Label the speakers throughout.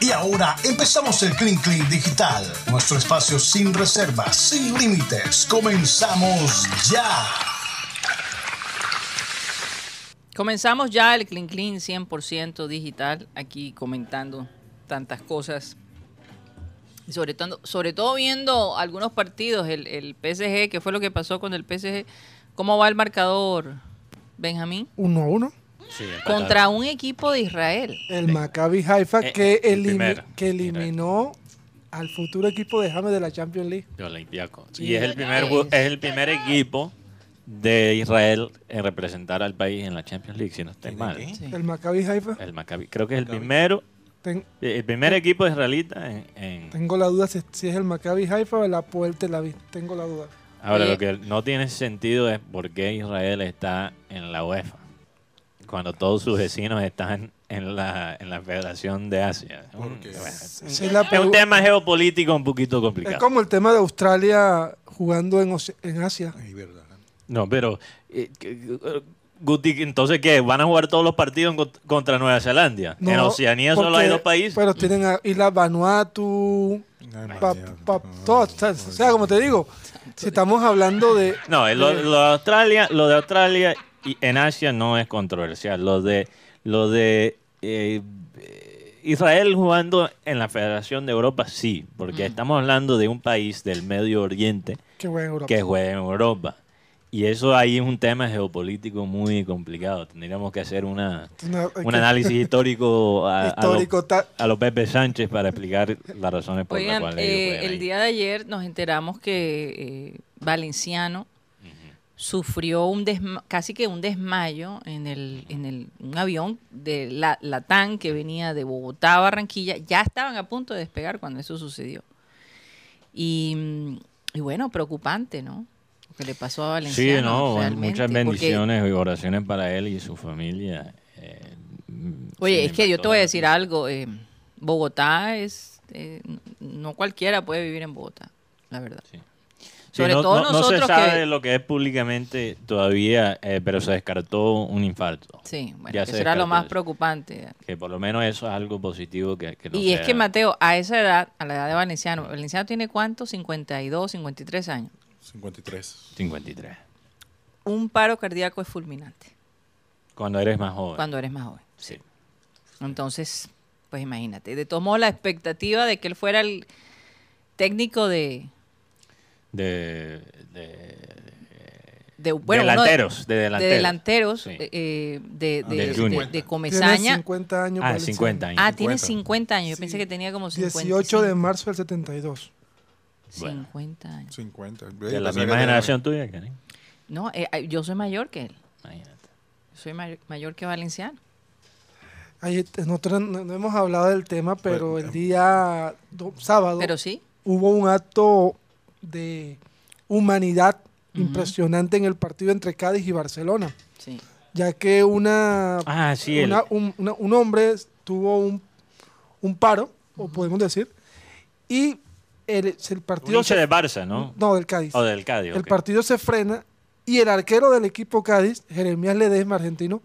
Speaker 1: Y ahora empezamos el Clean Clean Digital, nuestro espacio sin reservas, sin límites. Comenzamos ya.
Speaker 2: Comenzamos ya el Clean Clean 100% digital, aquí comentando tantas cosas. Y Sobre todo, sobre todo viendo algunos partidos, el, el PSG, que fue lo que pasó con el PSG. ¿Cómo va el marcador, Benjamín?
Speaker 3: Uno a uno.
Speaker 4: Sí, empataron.
Speaker 2: Contra un equipo de Israel.
Speaker 3: El Maccabi Haifa
Speaker 4: Eh,
Speaker 3: que,
Speaker 4: el
Speaker 3: elimi-
Speaker 4: primero.
Speaker 3: que eliminó al futuro equipo de James de la Champions League.
Speaker 4: de Olympiacos.
Speaker 2: Sí.
Speaker 4: Y es el primer bu- es el primer equipo de Israel en representar al país en la Champions League, si no estoy mal.
Speaker 2: Sí.
Speaker 3: El Maccabi Haifa.
Speaker 4: El Maccabi. Creo que es el primero, eh,
Speaker 3: Ten-
Speaker 4: el primer equipo israelita en, en-
Speaker 3: tengo la duda si, si es el Maccabi Haifa o el Apoel Tel Aviv. Tengo la duda.
Speaker 4: Ahora,
Speaker 2: Oye.
Speaker 4: lo que no tiene sentido es por qué Israel está en la UEFA, cuando todos sus vecinos están en la, en la Federación de Asia. Un-
Speaker 5: Porque-
Speaker 4: bueno,
Speaker 3: Es, la
Speaker 4: es un
Speaker 3: pregu-
Speaker 4: tema geopolítico un poquito
Speaker 3: es
Speaker 4: complicado.
Speaker 3: como el tema de Australia jugando en, Oce- en Asia.
Speaker 5: Ay, verdad.
Speaker 4: No, pero... eh, que- eh, Guti, entonces, ¿qué? ¿Van a jugar todos los partidos en cont- contra Nueva Zelanda? en
Speaker 3: No,
Speaker 4: Oceanía solo hay
Speaker 3: porque-
Speaker 4: dos países.
Speaker 3: Pero tienen a Isla Vanuatu, pa- pa- todas, o sea, o sea, como te digo, si estamos hablando de...
Speaker 4: No, eh, lo, lo de Australia, lo de Australia y en Asia no es controversial. Lo de, lo de eh, eh, Israel jugando en la Federación de Europa sí, porque estamos hablando de un país del Medio Oriente
Speaker 3: Qué buena Europa.
Speaker 4: que juega en Europa. Y eso ahí es un tema geopolítico muy complicado. Tendríamos que hacer una,
Speaker 3: Una-
Speaker 4: un análisis histórico a, a lo-
Speaker 3: Histórico, ta-
Speaker 4: a los Pepe Sánchez para explicar las razones por las
Speaker 2: Oigan,
Speaker 4: cuales
Speaker 2: eh,
Speaker 4: ellos juegan ahí.
Speaker 2: el día de ayer nos enteramos que eh, Valenciano sufrió un desma- casi que un desmayo en el en el un avión de la Latam que venía de Bogotá a Barranquilla. Ya estaban a punto de despegar cuando eso sucedió. Y, mm, y bueno, preocupante, ¿no? Lo que le pasó a Valenciano.
Speaker 4: Sí, no, bueno,
Speaker 2: realmente,
Speaker 4: muchas
Speaker 2: porque-
Speaker 4: bendiciones y oraciones para él y su familia. eh, mm,
Speaker 2: Oye,
Speaker 4: sí,
Speaker 2: es que yo te voy a decir
Speaker 4: todo.
Speaker 2: algo. eh, Bogotá es. eh, n- no cualquiera puede vivir en Bogotá, la verdad.
Speaker 4: Sí. Sí,
Speaker 2: Sobre
Speaker 4: no,
Speaker 2: todo
Speaker 4: no- no
Speaker 2: nosotros
Speaker 4: se sabe
Speaker 2: que.
Speaker 4: lo que es públicamente todavía, eh, pero se descartó un infarto.
Speaker 2: Sí, bueno,
Speaker 4: Ya
Speaker 2: que
Speaker 4: se
Speaker 2: será lo
Speaker 4: descartó
Speaker 2: más
Speaker 4: eso.
Speaker 2: preocupante.
Speaker 4: Que por lo menos eso es algo positivo que, que no
Speaker 2: y es
Speaker 4: sea-
Speaker 2: que Mateo, a esa edad, a la edad de Valenciano, Valenciano tiene cuánto? 52, 53 años.
Speaker 5: 53.
Speaker 4: 53.
Speaker 2: Un paro cardíaco es fulminante
Speaker 4: Cuando eres más joven.
Speaker 2: cuando eres más joven.
Speaker 4: Sí.
Speaker 2: Entonces, pues imagínate. De todos modos, la expectativa de que él fuera el técnico de.
Speaker 4: De, de-
Speaker 2: de- bueno, uno
Speaker 4: delanteros, de
Speaker 2: De,
Speaker 4: delanteros.
Speaker 2: de delanteros,
Speaker 4: Sí.
Speaker 2: eh, de,
Speaker 5: Ah,
Speaker 2: de-
Speaker 4: del
Speaker 2: de-
Speaker 4: Junior.
Speaker 2: de
Speaker 3: Tiene
Speaker 2: Comesaña.
Speaker 3: 50 años.
Speaker 4: Ah,
Speaker 3: Valenciano.
Speaker 4: 50 años.
Speaker 2: Ah, tiene
Speaker 5: 50.
Speaker 2: 50 años. Yo
Speaker 3: Sí.
Speaker 2: pensé que tenía como 50.
Speaker 3: 18 de marzo del 72.
Speaker 4: Bueno.
Speaker 2: 50 años.
Speaker 5: 50.
Speaker 4: de la misma generación tuya, Karen.
Speaker 2: No, eh, eh, yo soy mayor que él.
Speaker 4: Imagínate.
Speaker 2: Soy mayor, mayor que Valenciano.
Speaker 3: Ahí te- nosotros no, no hemos hablado del tema, pero
Speaker 5: Bueno,
Speaker 3: el día do- sábado
Speaker 2: Pero sí.
Speaker 3: hubo un acto de humanidad
Speaker 2: Ujú.
Speaker 3: impresionante en el partido entre Cádiz y Barcelona,
Speaker 2: Sí.
Speaker 3: ya que una,
Speaker 4: Ah, sí, el-
Speaker 3: una- un, una- un hombre tuvo un, un paro, o podemos decir, y el, el
Speaker 4: un
Speaker 3: partido...
Speaker 4: hincha
Speaker 3: se-
Speaker 4: de Oh, Barça, ¿no?
Speaker 3: No, del Cádiz.
Speaker 4: O del Cádiz.
Speaker 3: El
Speaker 4: ok.
Speaker 3: partido se frena y el arquero del equipo Cádiz, Jeremías Ledesma, argentino,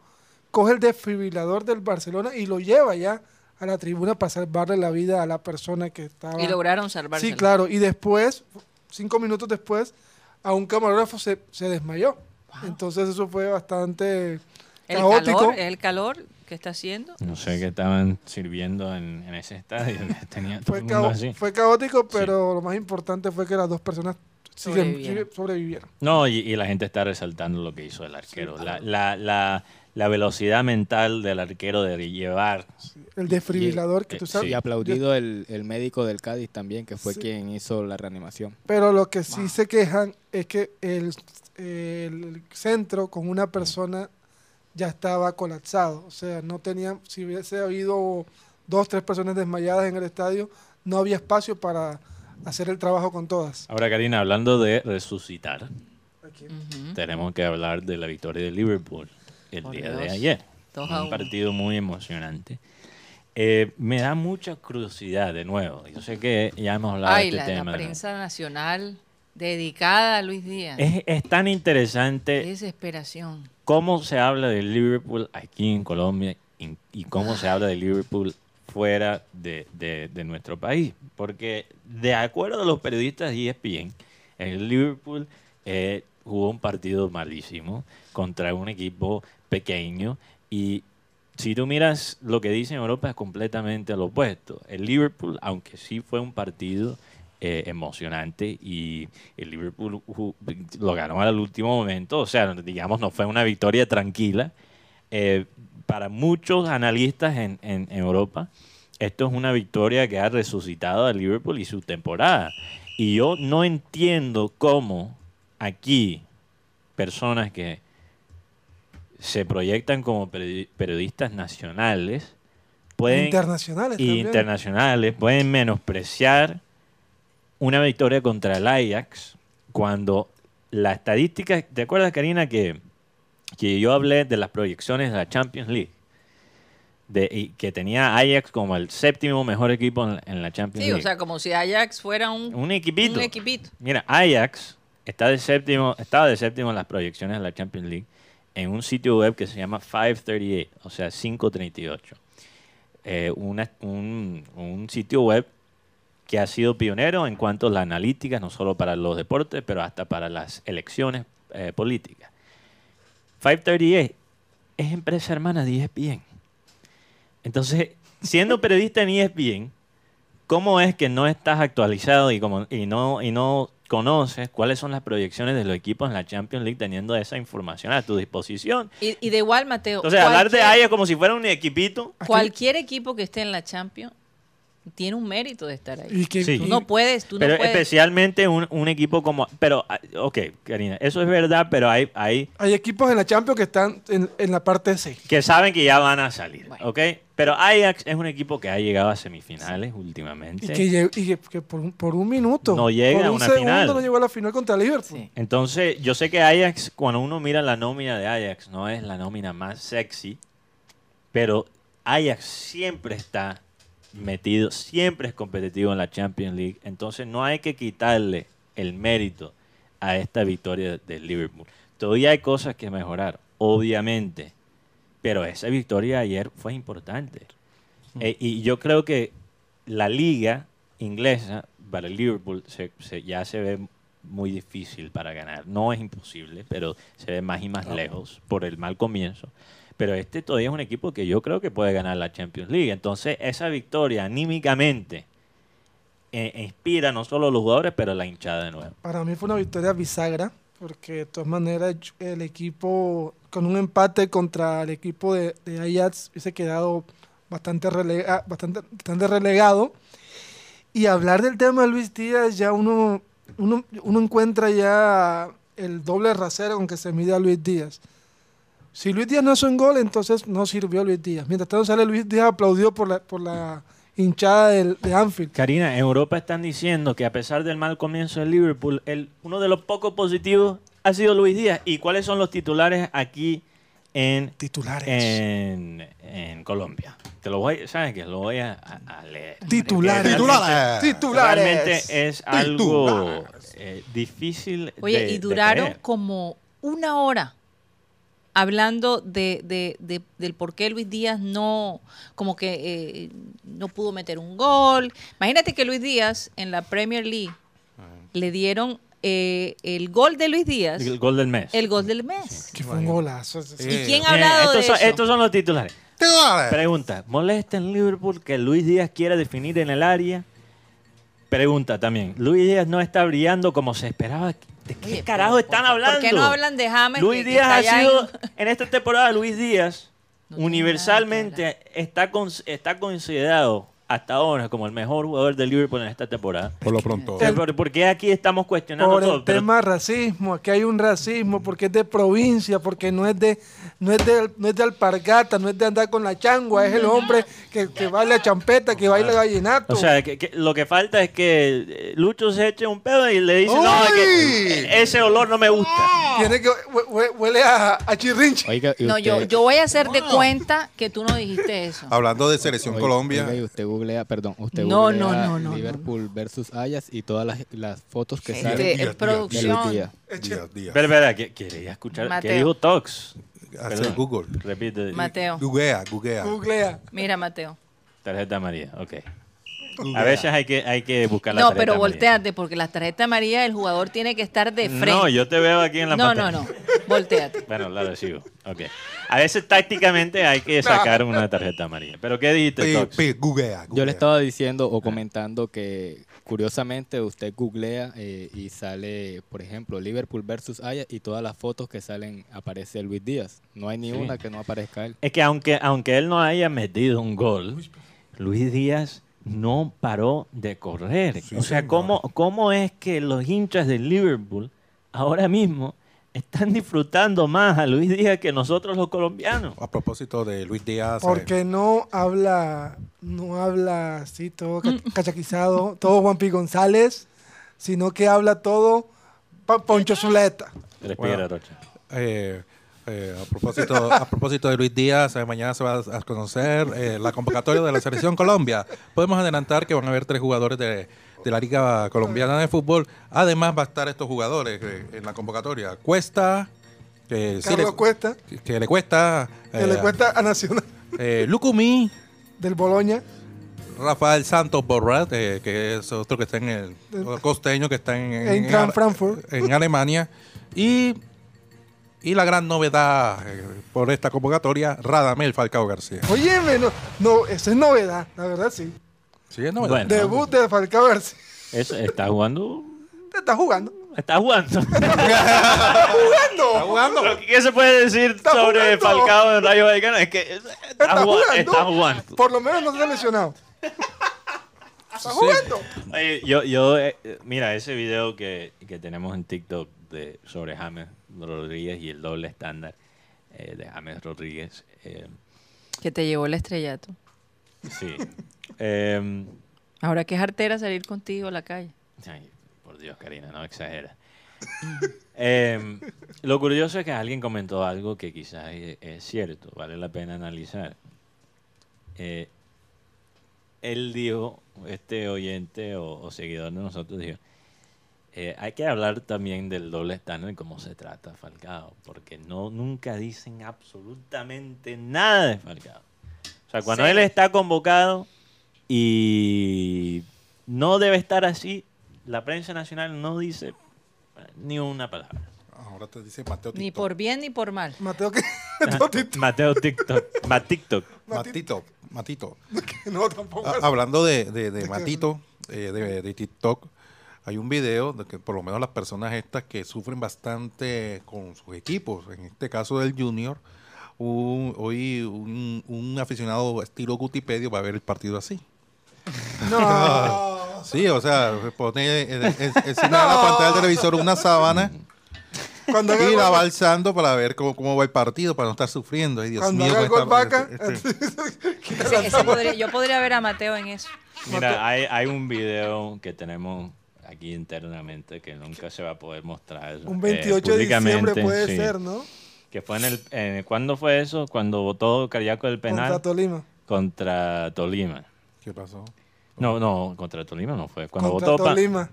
Speaker 3: coge el desfibrilador del Barcelona y lo lleva ya a la tribuna para salvarle la vida a la persona que estaba.
Speaker 2: Y lograron salvarse.
Speaker 3: sí, claro. Y después, cinco minutos después, a un camarógrafo se, se desmayó. Entonces eso fue bastante
Speaker 2: El
Speaker 3: caótico.
Speaker 2: calor, el calor que está haciendo.
Speaker 4: No sé qué estaban sirviendo en, en ese estadio. que Tenía todo
Speaker 3: fue,
Speaker 4: el
Speaker 3: cao-
Speaker 4: mundo así.
Speaker 3: fue caótico, pero lo más importante fue que las dos personas siguen-
Speaker 2: Sobrevivieron.
Speaker 3: siguen- sobrevivieron.
Speaker 4: No, y, y la gente está resaltando lo que hizo el arquero. la, la, la, la velocidad mental del arquero de llevar.
Speaker 3: El desfibrilador, que
Speaker 4: eh,
Speaker 3: tú sabes,
Speaker 4: sí.
Speaker 6: Y aplaudido el, el médico del Cádiz también, que fue quien hizo la reanimación.
Speaker 3: Pero lo que sí se quejan es que el, el centro con una persona ya estaba colapsado. O sea, no tenían, si hubiese habido dos, tres personas desmayadas en el estadio, no había espacio para hacer el trabajo con todas.
Speaker 4: Ahora, Karina, hablando de resucitar,
Speaker 2: Ujú.
Speaker 4: tenemos que hablar de la victoria de Liverpool el
Speaker 2: Por
Speaker 4: día de
Speaker 2: Dios.
Speaker 4: ayer.
Speaker 2: Dos a
Speaker 4: Un
Speaker 2: uno.
Speaker 4: partido muy emocionante. Eh, me da mucha curiosidad de nuevo. Yo sé que ya hemos hablado
Speaker 2: Ay,
Speaker 4: de
Speaker 2: la,
Speaker 4: este
Speaker 2: la
Speaker 4: tema. ¿no?
Speaker 2: prensa nacional dedicada a Luis Díaz.
Speaker 4: Es, es tan
Speaker 2: Qué
Speaker 4: interesante
Speaker 2: Desesperación.
Speaker 4: cómo se habla de Liverpool aquí en Colombia y, y cómo se habla de Liverpool fuera de, de- de nuestro país. Porque de acuerdo a los periodistas de E ESPN, el Liverpool eh, jugó un partido malísimo contra un equipo pequeño y si tú miras lo que dice en Europa es completamente lo opuesto. El Liverpool, aunque sí fue un partido eh, emocionante y el Liverpool ju- lo ganó al último momento, o sea, digamos, no fue una victoria tranquila. Eh, para muchos analistas en, en- en Europa, esto es una victoria que ha resucitado a Liverpool y su temporada. Y yo no entiendo cómo aquí personas que se proyectan como peri- periodistas nacionales pueden
Speaker 3: Internacionales
Speaker 4: y
Speaker 3: también.
Speaker 4: internacionales pueden menospreciar una victoria contra el Ajax cuando la estadística, ¿te acuerdas Karina que, que yo hablé de las proyecciones de la Champions League? De, y que tenía Ajax como el séptimo mejor equipo en, la- en la Champions
Speaker 2: Sí, o
Speaker 4: League.
Speaker 2: sea, como si Ajax fuera un,
Speaker 4: un equipito.
Speaker 2: un equipito.
Speaker 4: Mira, Ajax está de séptimo, estaba de séptimo en las proyecciones de la Champions League en un sitio web que se llama 538, o sea, 538. Eh, una- un, un sitio web que ha sido pionero en cuanto a las analíticas, no solo para los deportes, pero hasta para las elecciones eh, políticas. 538 es empresa hermana de E ESPN. Entonces, siendo periodista en E ESPN, ¿Cómo es que no estás actualizado y, como, y, no, y no conoces cuáles son las proyecciones de los equipos en la Champions League teniendo esa información a tu disposición?
Speaker 2: Y, y de igual, Mateo.
Speaker 4: Entonces, hablar de
Speaker 2: cualquier-
Speaker 4: Ajax como si fuera un equipito.
Speaker 2: Cualquier equipo que esté en la Champions tiene un mérito de estar ahí.
Speaker 3: Y que- pues,
Speaker 4: Sí.
Speaker 2: Tú
Speaker 3: y-
Speaker 2: no puedes, tú
Speaker 4: pero
Speaker 2: no puedes.
Speaker 4: especialmente un, un equipo como... Pero, ah, ok, Karina, eso es verdad, pero hay, hay
Speaker 3: hay equipos en la Champions que están en, en la parte C.
Speaker 4: que saben que ya van a salir,
Speaker 2: Bueno.
Speaker 4: ¿ok? Pero Ajax es un equipo que ha llegado a semifinales últimamente.
Speaker 3: Y que, lle- y que- que por, un, por un minuto.
Speaker 4: No llega
Speaker 3: por
Speaker 4: a
Speaker 3: un
Speaker 4: una
Speaker 3: segundo
Speaker 4: final.
Speaker 3: no llegó a la final contra Liverpool.
Speaker 2: Sí.
Speaker 4: Entonces, yo sé que Ajax, cuando uno mira la nómina de Ajax, no es la nómina más sexy, pero Ajax siempre está metido, siempre es competitivo en la Champions League. Entonces, no hay que quitarle el mérito a esta victoria del Liverpool. Todavía hay cosas que mejorar, obviamente, pero esa victoria de ayer fue importante. Eh, y yo creo que la liga inglesa para el Liverpool se- se- ya se ve muy difícil para ganar. No es imposible, pero se ve más y más lejos por el mal comienzo. Pero este todavía es un equipo que yo creo que puede ganar la Champions League. Entonces, esa victoria anímicamente eh, inspira no solo a los jugadores, pero a la hinchada de nuevo.
Speaker 3: Para mí fue una victoria bisagra, porque de todas maneras yo- el equipo, con un empate contra el equipo de, de Ajax, hubiese quedado bastante, relega- bastante, bastante relegado. Y hablar del tema de Luis Díaz, ya uno, uno, uno encuentra ya el doble rasero con que se mide a Luis Díaz. Si Luis Díaz no hace un gol, entonces no sirvió Luis Díaz. Mientras tanto sale Luis Díaz aplaudido por la, por la hinchada del, de Anfield.
Speaker 4: Karina, en Europa están diciendo que a pesar del mal comienzo del Liverpool, el, uno de los pocos positivos ha sido Luis Díaz. ¿Y cuáles son los titulares aquí en
Speaker 3: Titulares.
Speaker 4: Eh, en, en Colombia. Te lo voy, ¿sabes qué? Lo voy a, a- a leer.
Speaker 3: Titulares.
Speaker 1: Titulares.
Speaker 3: Titulares.
Speaker 4: Realmente es algo
Speaker 1: Titulares.
Speaker 4: eh, difícil
Speaker 2: Oye,
Speaker 4: de-
Speaker 2: y
Speaker 4: de
Speaker 2: duraron
Speaker 4: creer.
Speaker 2: como una hora hablando de, de- de- del por qué Luis Díaz no, como que eh, no pudo meter un gol. Imagínate que Luis Díaz en la Premier League
Speaker 4: Ah.
Speaker 2: le dieron eh, el gol de Luis Díaz,
Speaker 4: el gol del mes.
Speaker 2: el gol del mes.
Speaker 3: Que fue un golazo.
Speaker 2: ¿Y
Speaker 1: Sí.
Speaker 2: quién ha
Speaker 4: Eh,
Speaker 2: hablado de
Speaker 4: estos,
Speaker 2: eso?
Speaker 4: son, estos son los titulares.
Speaker 1: Titulares.
Speaker 4: Pregunta, ¿molesta en Liverpool que Luis Díaz quiera definir en el área? Pregunta también, ¿Luis Díaz no está brillando como se esperaba? ¿De qué
Speaker 2: Oye,
Speaker 4: carajo
Speaker 2: pero
Speaker 4: están
Speaker 2: por-
Speaker 4: hablando?
Speaker 2: ¿Por qué no hablan de James?
Speaker 4: Luis
Speaker 2: que- que
Speaker 4: Díaz
Speaker 2: está
Speaker 4: ha
Speaker 2: allá
Speaker 4: sido,
Speaker 2: en-
Speaker 4: en esta temporada, Luis Díaz
Speaker 2: No tiene nada
Speaker 4: universalmente está, con- está considerado hasta ahora como el mejor jugador del Liverpool en esta temporada.
Speaker 5: Por lo pronto.
Speaker 4: O sea, ¿por- ¿Por qué aquí estamos cuestionando
Speaker 3: Por el
Speaker 4: todo? Pero-
Speaker 3: tema racismo, aquí hay un racismo porque es de provincia, porque no es de no es de, no es de alpargata, no es de andar con la changua, es el hombre que, que baila champeta, que baila gallinato.
Speaker 4: o sea, que- que lo que falta es que eh, Lucho se eche un pedo y le dice, no, es que
Speaker 1: ¡Uy!
Speaker 4: eh, ese olor no me gusta.
Speaker 3: Tiene que hue- hue- huele a, a chirrinche.
Speaker 6: Oiga, y
Speaker 2: No, yo,
Speaker 6: usted-
Speaker 2: yo voy a hacer de cuenta que tú no dijiste eso.
Speaker 5: Hablando de Selección
Speaker 6: oiga,
Speaker 5: Colombia,
Speaker 6: oiga, y usted googlea, perdón, usted
Speaker 2: No,
Speaker 6: googlea
Speaker 2: no, no, no, no.
Speaker 6: Liverpool versus Ajax y todas las, las fotos que
Speaker 2: Este,
Speaker 6: salen
Speaker 2: es
Speaker 6: de
Speaker 5: Dios,
Speaker 2: producción.
Speaker 6: Luis Díaz.
Speaker 5: Díaz, Díaz,
Speaker 4: Espera, espera, que- quería escuchar. ¿Qué
Speaker 2: Mateo.
Speaker 4: dijo Tox?
Speaker 5: hace
Speaker 4: Perdón.
Speaker 5: Google.
Speaker 4: Repite.
Speaker 2: Mateo.
Speaker 5: Googlea, googlea.
Speaker 3: Googlea.
Speaker 2: Mira, Mateo.
Speaker 4: Tarjeta amarilla, ok. A veces hay que, hay que buscar la
Speaker 2: No,
Speaker 4: tarjeta
Speaker 2: pero
Speaker 4: amarilla.
Speaker 2: volteate, porque la tarjeta amarilla el jugador tiene que estar de frente.
Speaker 4: No, yo te veo aquí en la
Speaker 2: no, no,
Speaker 4: pantalla.
Speaker 2: no. Volteate.
Speaker 4: Bueno, la recibo. Ok. A veces tácticamente hay que sacar una tarjeta amarilla. ¿Pero qué dijiste,
Speaker 5: Pi,
Speaker 4: Tox?
Speaker 5: pi, googlea,
Speaker 6: Yo le
Speaker 5: googlea.
Speaker 6: estaba diciendo o comentando que curiosamente usted googlea eh, y sale, por ejemplo, Liverpool versus Ajax y todas las fotos que salen aparece Luis Díaz. No hay ni
Speaker 4: Sí.
Speaker 6: una que no aparezca él.
Speaker 4: Es que aunque, aunque él no haya metido un gol, Luis Díaz no paró de correr.
Speaker 5: Sí,
Speaker 4: o sea,
Speaker 5: señor.
Speaker 4: ¿cómo, ¿cómo es que los hinchas de Liverpool ahora mismo están disfrutando más a Luis Díaz que nosotros los colombianos?
Speaker 5: A propósito de Luis Díaz. eh,
Speaker 3: Porque no habla, no habla así todo ca- cachaquizado, todo Juan P. González, sino que habla todo pa- Poncho Zuleta.
Speaker 4: Respira,
Speaker 5: Bueno.
Speaker 4: Rocha.
Speaker 5: eh, eh, a, propósito, a propósito de Luis Díaz, eh, mañana se va a a conocer eh, la convocatoria de la Selección Colombia. Podemos adelantar que van a haber tres jugadores de, de la Liga Colombiana de Fútbol. Además, va a estar estos jugadores eh, en la convocatoria. Cuesta, que, sí
Speaker 3: Carlos
Speaker 5: le-
Speaker 3: Cuesta,
Speaker 5: que- que le cuesta,
Speaker 3: que le
Speaker 5: eh,
Speaker 3: cuesta a Nacional
Speaker 5: eh, Lucumí,
Speaker 3: del Boloña.
Speaker 5: Rafael Santos Borrat, eh, que es otro que está en el otro costeño que está en,
Speaker 3: Eh, En Gran Frankfurt.
Speaker 5: en Alemania. Y, y la gran novedad eh, por esta convocatoria, Radamel Falcao García.
Speaker 3: Óyeme, no, no, eso es novedad, la verdad sí.
Speaker 5: Sí, es novedad.
Speaker 4: Bueno.
Speaker 3: Debut de Falcao García.
Speaker 4: Es- está jugando.
Speaker 3: Te está jugando.
Speaker 4: Está jugando.
Speaker 5: Está jugando.
Speaker 4: Lo que- ¿Qué se puede decir
Speaker 3: Está
Speaker 4: sobre
Speaker 3: jugando.
Speaker 4: Falcao en Rayo Vallecano? Es que es- está,
Speaker 3: Está
Speaker 4: jugando.
Speaker 3: jugando.
Speaker 4: Está jugando.
Speaker 3: Por lo menos no se ha lesionado. Está jugando.
Speaker 4: Oye, yo, yo, eh, eh, mira, ese video que, que tenemos en TikTok de, sobre James Rodríguez y el doble estándar eh, de James Rodríguez, eh,
Speaker 2: Que te llevó el estrellato.
Speaker 4: sí. Em,
Speaker 2: Ahora que es artera salir contigo a la calle.
Speaker 4: ay, por Dios, Karina, no exagera. Em, lo curioso es que alguien comentó algo que quizás es, es cierto, vale la pena analizar. Eh, él dijo, este oyente o, o seguidor de nosotros dijo, eh, hay que hablar también del doble estándar y cómo se trata Falcao, porque no nunca dicen absolutamente nada de Falcao. O sea, cuando
Speaker 2: Cero.
Speaker 4: él está convocado y no debe estar así, la prensa nacional no dice eh, ni una palabra.
Speaker 5: Ahora te dice Mateo
Speaker 2: Ni
Speaker 5: TikTok.
Speaker 2: por bien ni por mal.
Speaker 3: Mateo que no, Tito,
Speaker 4: Ah, Mateo TikTok. Ma TikTok.
Speaker 5: Matito, Matito.
Speaker 3: que no tampoco.
Speaker 5: Ah, Hablando de, de- de Matito, eh, de, de TikTok, hay un video de que por lo menos las personas estas que sufren bastante con sus equipos, en este caso del Junior, un- hoy un, un aficionado estilo Gutipedio va a ver el partido así.
Speaker 3: No.
Speaker 5: Sí, o sea, pone eh, en- en- encima de la pantalla del televisor una sábana
Speaker 3: Cuando haga
Speaker 5: y
Speaker 3: el
Speaker 5: la
Speaker 3: gol-
Speaker 5: va alzando para ver cómo, cómo va el partido, para no estar sufriendo. Ay, Dios
Speaker 3: cuando
Speaker 5: mío,
Speaker 3: haga el
Speaker 5: con
Speaker 3: gol
Speaker 5: esta-
Speaker 3: vaca,
Speaker 5: este- este-
Speaker 2: Ese- ese podría- yo podría ver a Mateo en eso.
Speaker 4: Mira, hay, hay un video que tenemos aquí internamente que nunca se va a poder mostrar.
Speaker 3: un
Speaker 4: eh,
Speaker 3: 28 de diciembre
Speaker 4: públicamente,
Speaker 3: puede
Speaker 4: sí.
Speaker 3: ser, ¿no?
Speaker 4: Que fue en el, en- ¿Cuándo fue eso? Cuando votó Cariaco el penal
Speaker 3: Contra Tolima.
Speaker 4: contra Tolima.
Speaker 5: ¿Qué pasó?
Speaker 4: No, no, contra Tolima no fue. Cuando
Speaker 3: contra
Speaker 4: votó pa-
Speaker 3: Tolima.